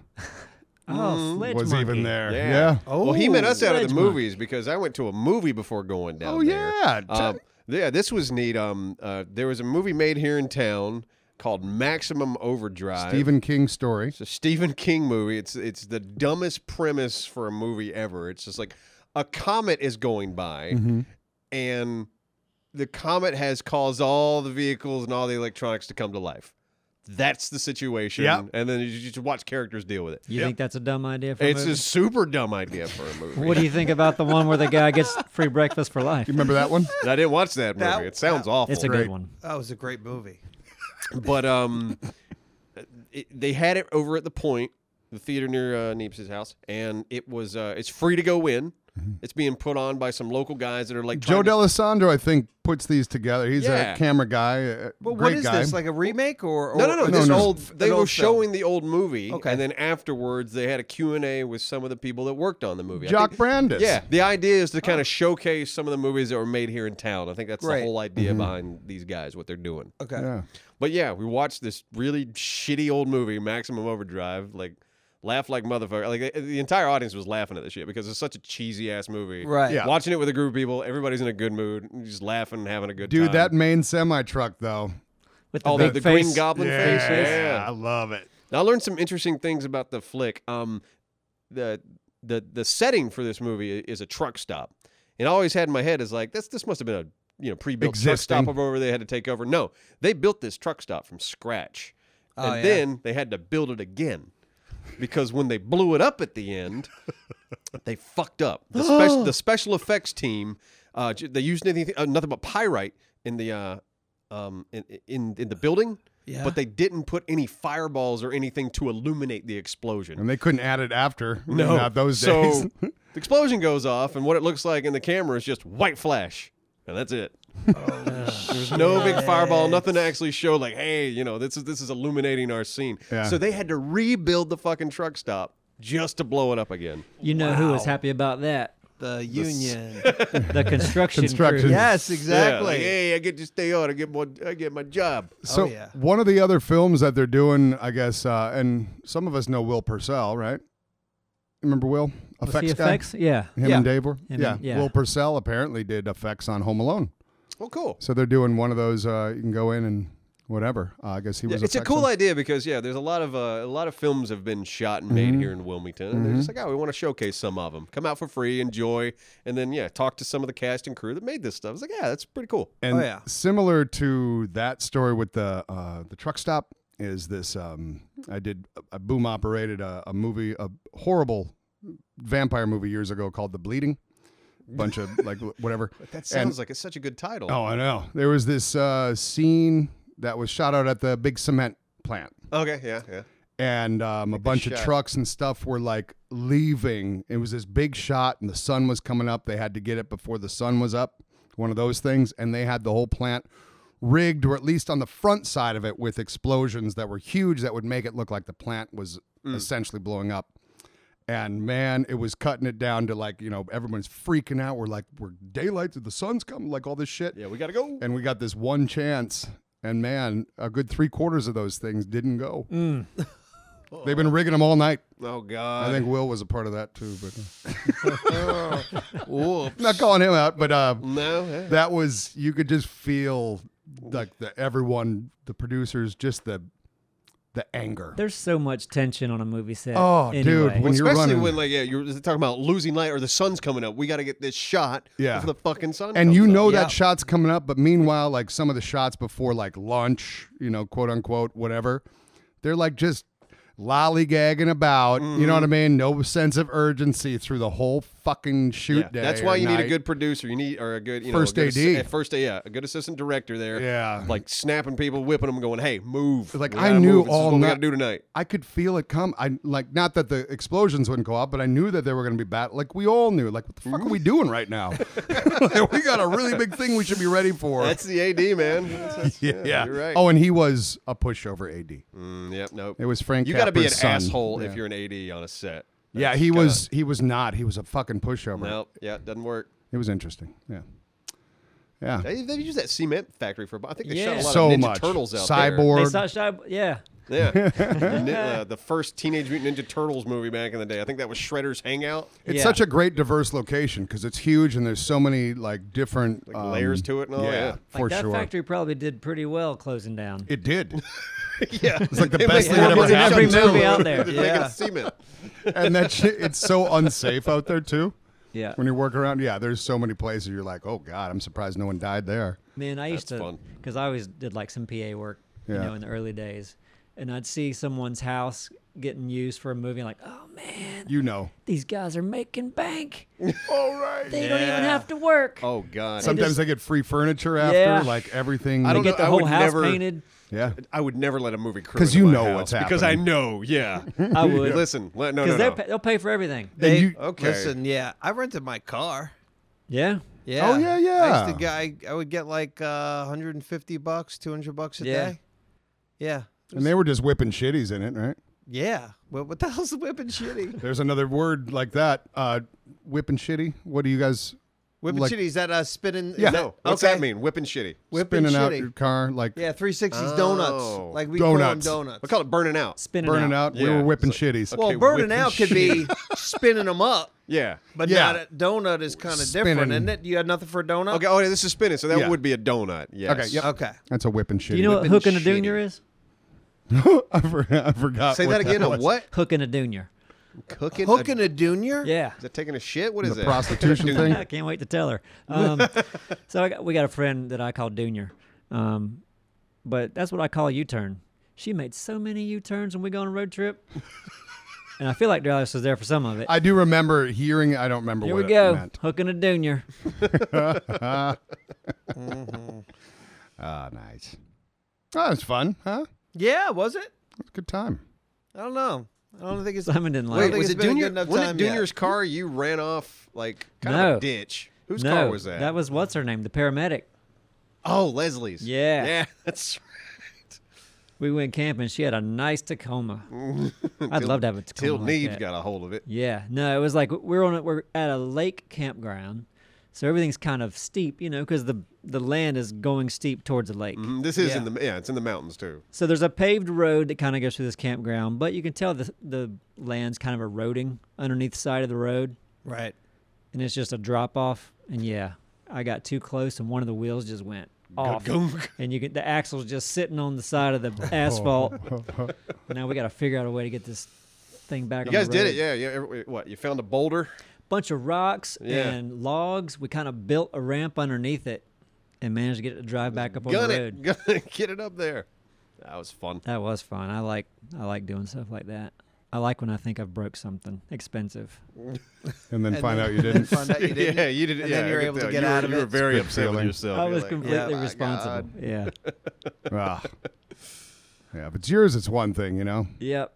Oh, Sledge Mm. was Monkey. even there. Yeah. Oh, well, he met us out of Sledge the Monkey. movies because I went to a movie before going down Oh, there. yeah. Um, yeah, this was neat. Um, uh, there was a movie made here in town called Maximum Overdrive. Stephen King story. It's a Stephen King movie. It's it's the dumbest premise for a movie ever. It's just like a comet is going by, Mm-hmm. and the comet has caused all the vehicles and all the electronics to come to life. That's the situation. Yep. And then you just watch characters deal with it. You think that's a dumb idea for It's a a movie? super dumb idea for a movie. What do you think about the one where the guy gets free breakfast for life? You remember that one? I didn't watch that movie. That- it sounds awful. It's a Great. good one. That was a great movie. but um, it, they had it over at the point, the theater near uh, Neeps's house, and it was uh, it's free to go in. It's being put on by some local guys that are like Joe trying to- D'Alessandro, I think, puts these together. He's Yeah. a camera guy. a But great what is guy. this? Like a remake or, or No, no, no. or This just no. old an they were old film? showing the old movie, Okay. and then afterwards they had a Q and A with some of the people that worked on the movie. I Jock think- Brandis. Yeah, the idea is to kind of showcase some of the movies that were made here in town. I think that's Right. the whole idea behind these guys, what they're doing. Okay. Yeah. But yeah, we watched this really shitty old movie, Maximum Overdrive. Like, laugh like motherfucker. Like the- the entire audience was laughing at this shit because it's such a cheesy ass movie. Right. Yeah. Watching it with a group of people, everybody's in a good mood, just laughing, having a good Dude, time. that main semi truck though. With the all the, big the face. Green Goblin face. Yeah. I love it. Now, I learned some interesting things about the flick. Um, the the the setting for this movie is a truck stop, and I always had in my head is like this. This must have been a you know pre-built truck Existing. stop over where they had to take over. No, they built this truck stop from scratch, Oh, and yeah. then they had to build it again because when they blew it up at the end, they fucked up. The, spec- the special effects team, uh, j- they used anything, uh, nothing but pyrite in the uh, um, in, in in the building. Yeah. But they didn't put any fireballs or anything to illuminate the explosion. And they couldn't add it after. No, Not those so, days. the explosion goes off, and what it looks like in the camera is just white flash, and that's it. Oh, There's no big fireball, nothing to actually show. Like, hey, you know, this is this is illuminating our scene. Yeah. So they had to rebuild the fucking truck stop just to blow it up again. You know who was happy about that? The union. The construction, Construction. crew. yes, Yeah, like, exactly. hey, I get to stay on. I get more. I get my job. So yeah. one of the other films that they're doing, I guess, uh, and some of us know Will Purcell, right? Remember Will? Was he guy? effects? Yeah. Him Yeah. and Dave were? and- yeah. yeah. Will Purcell apparently did effects on Home Alone. Well, Oh, cool. So they're doing one of those. Uh, you can go in and whatever. Uh, I guess he was. it's a effects cool on- idea because yeah, there's a lot of uh, a lot of films have been shot and made here in Wilmington, and they're just like, oh, we want to showcase some of them. Come out for free, enjoy, and then yeah, talk to some of the cast and crew that made this stuff. It's like, yeah, that's pretty cool. And Oh, yeah. similar to that story with the uh, the truck stop is this. Um, I did I boom operated a, a movie, a horrible vampire movie years ago called The Bleeding. Bunch of like wh- whatever. That sounds like it's such a good title. Oh, I know. There was this uh, scene that was shot out at the big cement plant. Okay, yeah, yeah. and um, a bunch of shot. trucks and stuff were like leaving. It was this big shot, and the sun was coming up. They had to get it before the sun was up. One of those things, and they had the whole plant rigged, or at least on the front side of it, with explosions that were huge that would make it look like the plant was essentially blowing up. And man, it was cutting it down to like you know everyone's freaking out. We're like we're daylight, the sun's coming, like all this shit Yeah, we gotta go. and we got this one chance. And man, a good three quarters of those things didn't go. They've been rigging them all night. Oh I God. think Will was a part of that too, but not calling him out. But uh, no. yeah. that was you could just feel like the everyone, the producers, just the the anger. There's so much tension on a movie set. Oh, anyway. dude, when you're Especially running, when like yeah, you're talking about losing light or the sun's coming up. We gotta get this shot. Yeah. Before the fucking sun. and comes you up. know Yeah. that shot's coming up, but meanwhile, like some of the shots before like lunch, you know, quote unquote, whatever, they're like just lollygagging about. You know what I Mm-hmm. mean? No sense of urgency through the whole fucking shoot Yeah, day. That's why or you need a night. good producer. You need or a good you know First a good AD. assi- a first yeah, a good assistant director there. Yeah. like snapping people, whipping them, going, "Hey, move!" Like, We I gotta knew move. This is all what we night- got to do tonight. I could feel it come. I like not that the explosions wouldn't go off, but I knew that they were going to be bad. Like we all knew. Like what the fuck are Mm-hmm. we doing right now? Like, we got a really big thing we should be ready for. That's the AD man. That's- that's- yeah, you're right. Oh, and he was a pushover AD. Mm, yep, nope. It was Frank. you got to be an Capra's son. asshole Yeah. if you're an AD on a set. Yeah, That's he gotta- was. He was not. He was a fucking pushover. Nope. Yeah, it doesn't work. It was interesting. Yeah, yeah. They, they used that cement factory for. I think they shot a Yeah. lot so of Ninja much Turtles out cyborg. They saw Shy, yeah. Yeah, Ni- uh, the first Teenage Mutant Ninja Turtles movie back in the day. I think that was Shredder's Hangout. It's Yeah. such a great diverse location because it's huge and there's so many like different um, Like, layers to it and all, yeah. for like, that sure. factory probably did pretty well closing down. It did, Yeah, it's like the best thing that ever every happened. movie out there. Yeah. cement. and that shit, it's so unsafe out there too. yeah. When you work around, yeah, there's so many places you're like, oh god, I'm surprised no one died there. Man, I used That's to fun. because I always did like some PA work, you Yeah. know, in the early days, and I'd see someone's house getting used for a movie, like, oh man, You know, these guys are making bank. all right. They don't even Yeah. have to work. Oh God. Some- Sometimes just- they get free furniture after, Yeah. like everything. I they don't get know, the whole would house never- painted. yeah, I would never let a movie crew 'Cause into you my know house what's Because I happening. know, yeah. I would because Listen, let, no, no, they'll no. pa- they'll pay for everything. Then They, you- Okay. Listen, yeah, I rented my car. Yeah, Yeah. yeah, I yeah. used to get, I, I would get like uh, 150 bucks, 200 bucks a Yeah. day. Yeah. and they were just whipping shitties in it, right? Yeah. Well, what the hell's whipping shitty? There's another word like that, uh, whipping shitty. What do you guys Whipping Like- shitty is that uh, spinning? is Yeah. that- No, what's okay. that mean? Whipping shitty. Whipping spinning out shitty. your car like yeah, 360s Oh. donuts. Like we Donuts. call them donuts. I call it burning out. spinning burning out. out? We Yeah. were whipping It's like- shitties. okay. well, burning whipping out could be spinning them up, Yeah. but Yeah. not a donut is kind of Spinning. different, isn't it? You had nothing for a donut? Okay. Oh, yeah, this is spinning, so that Yeah. would be a donut. Yes. Okay, yep. Okay. That's a whipping shitty. Do you know what Whipping hook and a shitty. junior is? I, for, I forgot. Uh, Say what that again. A was. what? Hook and a junior. Cooking. Hooking a junior? Yeah. Is it taking a shit? What is The that? prostitution thing. I can't wait to tell her. Um, so I got, we got a friend that I call Junior, um, but that's what I call a U-turn. She made so many U-turns when we go on a road trip, and I feel like Dallas was there for some of it. I do remember hearing. I don't remember Here what we go, it meant. hooking a Junior. Ah, nice. That was Ah, fun, huh? Yeah, was it? It's a good time. I don't know. I don't think it's. Simon didn't like Wait, it. think was it's it been a Junior? good enough Wasn't time it yet. Junior's car you ran off like kind of a No. ditch? Whose no, car was that? That was what's her name, the paramedic. Oh, Leslie's. Yeah. Yeah. That's We went camping. She had a nice Tacoma. I'd love to have a Tacoma. Till like Neve that. got a hold of it. Yeah, no, it was like we're on a, we're at a lake campground, so everything's kind of steep, you know, because the the land is going steep towards the lake. Mm, This is Yeah. in the yeah, it's in the mountains too. So there's a paved road that kind of goes through this campground, but you can tell the the land's kind of eroding underneath the side of the road, Right. and it's just a drop off. And yeah, I got too close, and one of the wheels just went off, and you get the axle's just sitting on the side of the asphalt. now we got to figure out a way to get this thing back. You on the guys did road. it, yeah. Yeah. every- What? You found a boulder? bunch of rocks Yeah. and logs. We kind of built a ramp underneath it and managed to get it to drive back up on Gun the it. road. Gun it. Get it up there. That was fun. That was fun. I like I like doing stuff like that. I like when I think I've broke something expensive. And then find out you And didn't. find out you didn't. Yeah, you did. And yeah, then I you're could able to tell. get You out were- of You were it. very It's a good upset with feeling. yourself. I You're was like, completely "My responsible. God." Yeah. Ah. Yeah, if it's yours, it's one thing, you know. yep.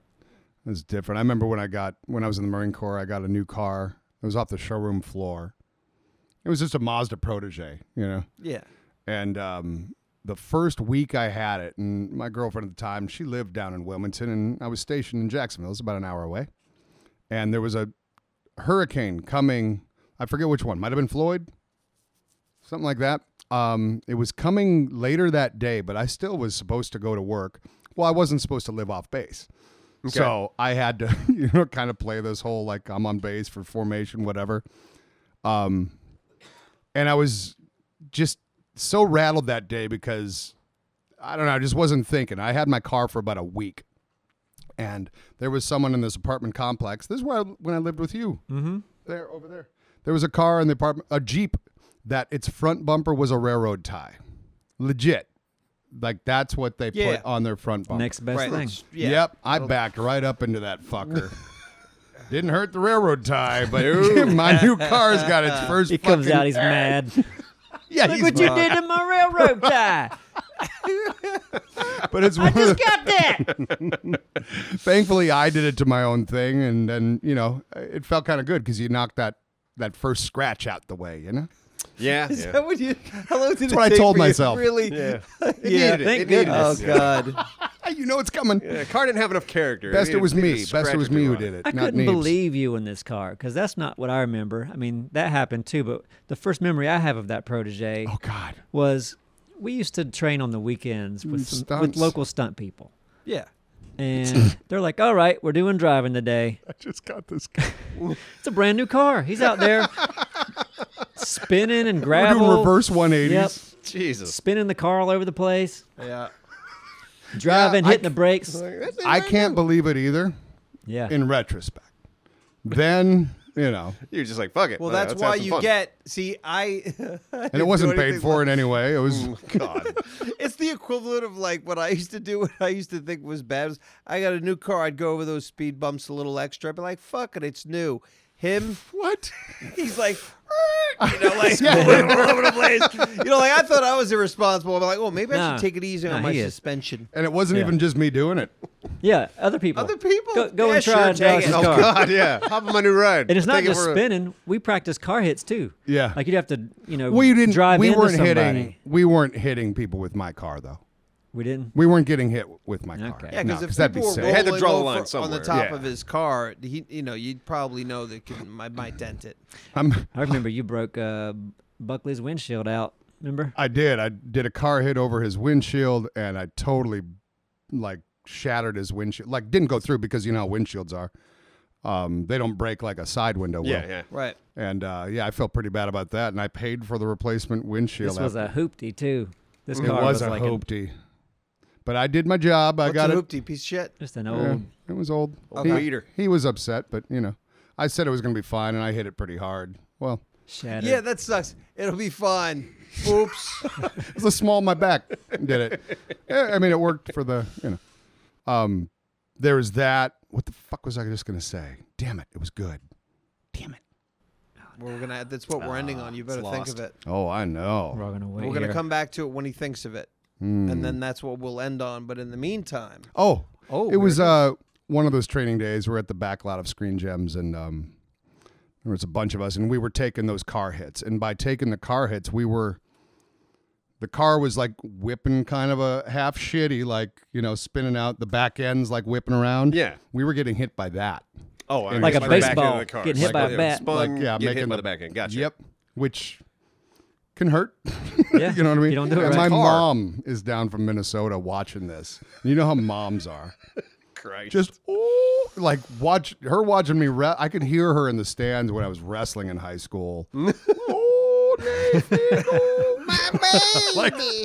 It's different. I remember when I got when I was in the Marine Corps, I got a new car. It was off the showroom floor. It was just a Mazda Protege, you know. Yeah. And um, the first week I had it, and my girlfriend at the time, she lived down in Wilmington, and I was stationed in Jacksonville. It's about an hour away. And there was a hurricane coming. I forget which one. Might have been Floyd, something like that. Um, it was coming later that day, but I still was supposed to go to work. Well, I wasn't supposed to live off base. So I had to, you know, kind of play this whole like I'm on base for formation, whatever. Um, and I was just so rattled that day because I don't know, I just wasn't thinking. I had my car for about a week, and there was someone in this apartment complex. This is where I, when I lived with you, mm-hmm. there over there. There was a car in the apartment, a Jeep that its front bumper was a railroad tie, legit. Like that's what they Yeah. put on their front bumper. Next best Right. thing. Yeah. Yep, I backed right up into that fucker. Didn't hurt the railroad tie, but my new car's got its first. He comes fucking- out, he's mad. yeah, Look he's what you mad. did to my railroad tie. But it's one I of the- just got that. thankfully I did it to my own thing, and then you know it felt kind of good because you knocked that that first scratch out the way, you know. Yeah. Is yeah. that what you? How long did That's what I it take told for you to myself. Really? Yeah. Yeah. It needed it. thank It needed Oh it. Yeah. God. You know it's coming. Yeah, car didn't have enough character. Best it needed- was needed me. a Best it scratch was or two me who on did it. I not couldn't Neebs. believe you in this car because that's not what I remember. I mean, that happened too, but the first memory I have of that protege Oh God. was we used to train on the weekends with, some, with Stunts. local stunt people. Yeah. And they're like, all right, we're doing driving today. I just got this. Guy. It's a brand new car. He's out there spinning and We're grabbing. doing reverse 180s. Yep. Jesus. Spinning the car all over the place, Yeah. driving, I hitting the brakes. I can't believe it either. Yeah. In retrospect, then you know, You're just like fuck it. Well, Nah, that's let's have why some you fun. get. See, I. and it wasn't paid for in any way. It was God. It's the equivalent of like what I used to do. What I used to think was bad was I got a new car. I'd go over those speed bumps a little extra. I'd be like, "Fuck it, it's new." Him, what? he's like, "Er," you know, like going all over the place. You know, like I thought I was irresponsible. I'm like, "Well, maybe I Nah. should take it easy Nah, on my he is. suspension." And it wasn't Yeah. even just me doing it. Yeah, other people. Other people? Go, go Yeah, and sure, try take Josh's it. Oh car. God. Yeah. Hop on my new ride. And it's not Take it just for a- spinning. We practice car hits too. Yeah. Like you'd have to, you know, We didn't. drive we into weren't somebody. hitting. We weren't hitting people with my car though. We didn't. We weren't getting hit with my car. Okay. Yeah, No, because if that'd be people were sick. They had to rolling draw the over line on the somewhere. top Yeah. of his car, he, you know, you'd probably know that could, I might dent it. I'm- I remember you broke uh, Buckley's windshield out. Remember? I did. I did a car hit over his windshield, and I totally like shattered his windshield. Like didn't go through because you know how windshields are. Um, they don't break like a side window will. Yeah. Yeah. Right. And uh, yeah, I felt pretty bad about that, and I paid for the replacement windshield. This was after- a hoopty too. This it car was, a like an- hoopty. but I did my job. I What's got a it. hoopty piece of shit? just an Yeah, old. it was Oh. old. A He- weeder. He, was upset, but you know, I said it was going to be fine, and I hit it pretty hard. Well, Shattered. Yeah, that sucks. It'll be fine. Oops. it was the small of my back did it. Yeah, I mean, it worked for the you know. Um, there was that. What the fuck was I just going to say? Damn it! It was good. Damn it! We're gonna. That's what we're ending on. You better think Ah, lost. of it. Oh, I know. We're all gonna wait. We're gonna here. come back to it when he thinks of it, and Hmm. then that's what we'll end on. But in the meantime, Oh, Oh, it here was it uh one of those training days. We're at the back lot of Screen Gems, and um, there was a bunch of us, and we were taking those car hits. And by taking the car hits, we were the car was like whipping kind of a half shitty, like you know, spinning out the back ends, like whipping around. Yeah. We were getting hit by that. Oh, I Like guess a by the back end of baseball the car. getting hit Like, by a yeah, bat. Spun. Like, yeah, get hit making by the the- back end. Gotcha. Yep, which can hurt. Yeah. You know what I mean? You don't do it And my right. Car. mom is down from Minnesota watching this. You know how moms are. Christ. just oh, like watch her watching me. Re- I could hear her in the stands when I was wrestling in high school. oh, Nathan, oh, my baby.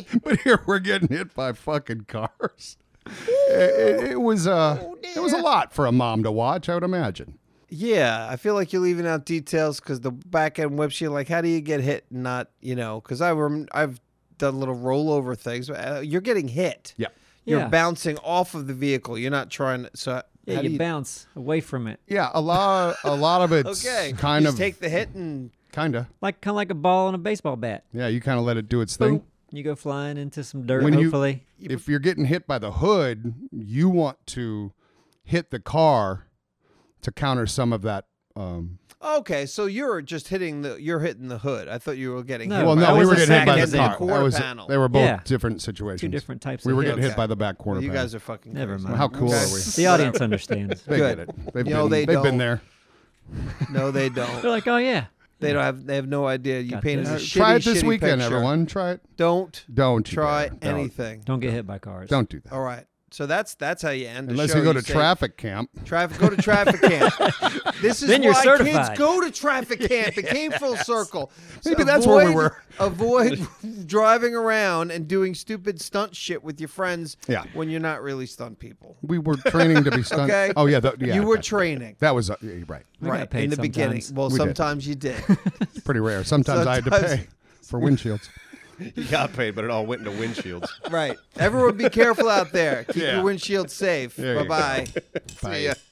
Like, but here we're getting hit by fucking cars. It, it- it was uh, it was a lot for a mom to watch. I would imagine. yeah, I feel like you're leaving out details because the back end whips you. Like, how do you get hit? And not, you know, because I rem- I've done little rollover things. But, uh, you're getting hit. Yeah, You're Yeah. bouncing off of the vehicle. You're not trying. to- So Yeah, how you, do you bounce away from it, yeah. A lot, a lot of it's Okay. kind Just of take the hit and kind of. like kind of like a ball and a baseball bat. Yeah, you kind of let it do its thing. Boom. You go flying into some dirt. When you- hopefully, if you're getting hit by the hood, you want to hit the car to counter some of that. Um, Okay, so you're just hitting the you're hitting the hood. Oh, I thought you were getting No. hit. well, by- that no, we was were the getting hit by second the and car. quarter That was- panel. They were both Yeah. different situations. two different types. We of were hits. getting hit Okay. by the back corner. you panel. guys are fucking. Never crazy. mind. How cool Okay. are we? The audience understands. They Good. get it. They've, No, been, they have don't. been there. No, they They're don't. like, oh yeah, They don't have. They have no idea. You Got painted that. a Uh, shitty, try it this shitty weekend, picture. everyone. Try it. Don't Don't you try dare. Don't. anything. don't get hit by cars. Don't do that. All right. So that's that's how you end. the Unless show. you go to say, traffic camp. Traffic. Go to traffic camp. this is Then you're why certified. kids go to traffic camp. It came full circle. So Maybe that's where we avoid- were. Avoid driving around and doing stupid stunt shit with your friends. Yeah. When you're not really stunt people. We were training to be stunt. Okay. Oh yeah, the, yeah. you were okay. training. That was uh, yeah, right. We got right paid in the beginning. sometimes. Well, We did. sometimes you did. Pretty rare. Sometimes, I had to Sometimes- pay for windshields. You got paid, but it all went into windshields. right. Everyone, be careful out there. Keep Yeah. your windshield safe. There Bye you bye. See ya.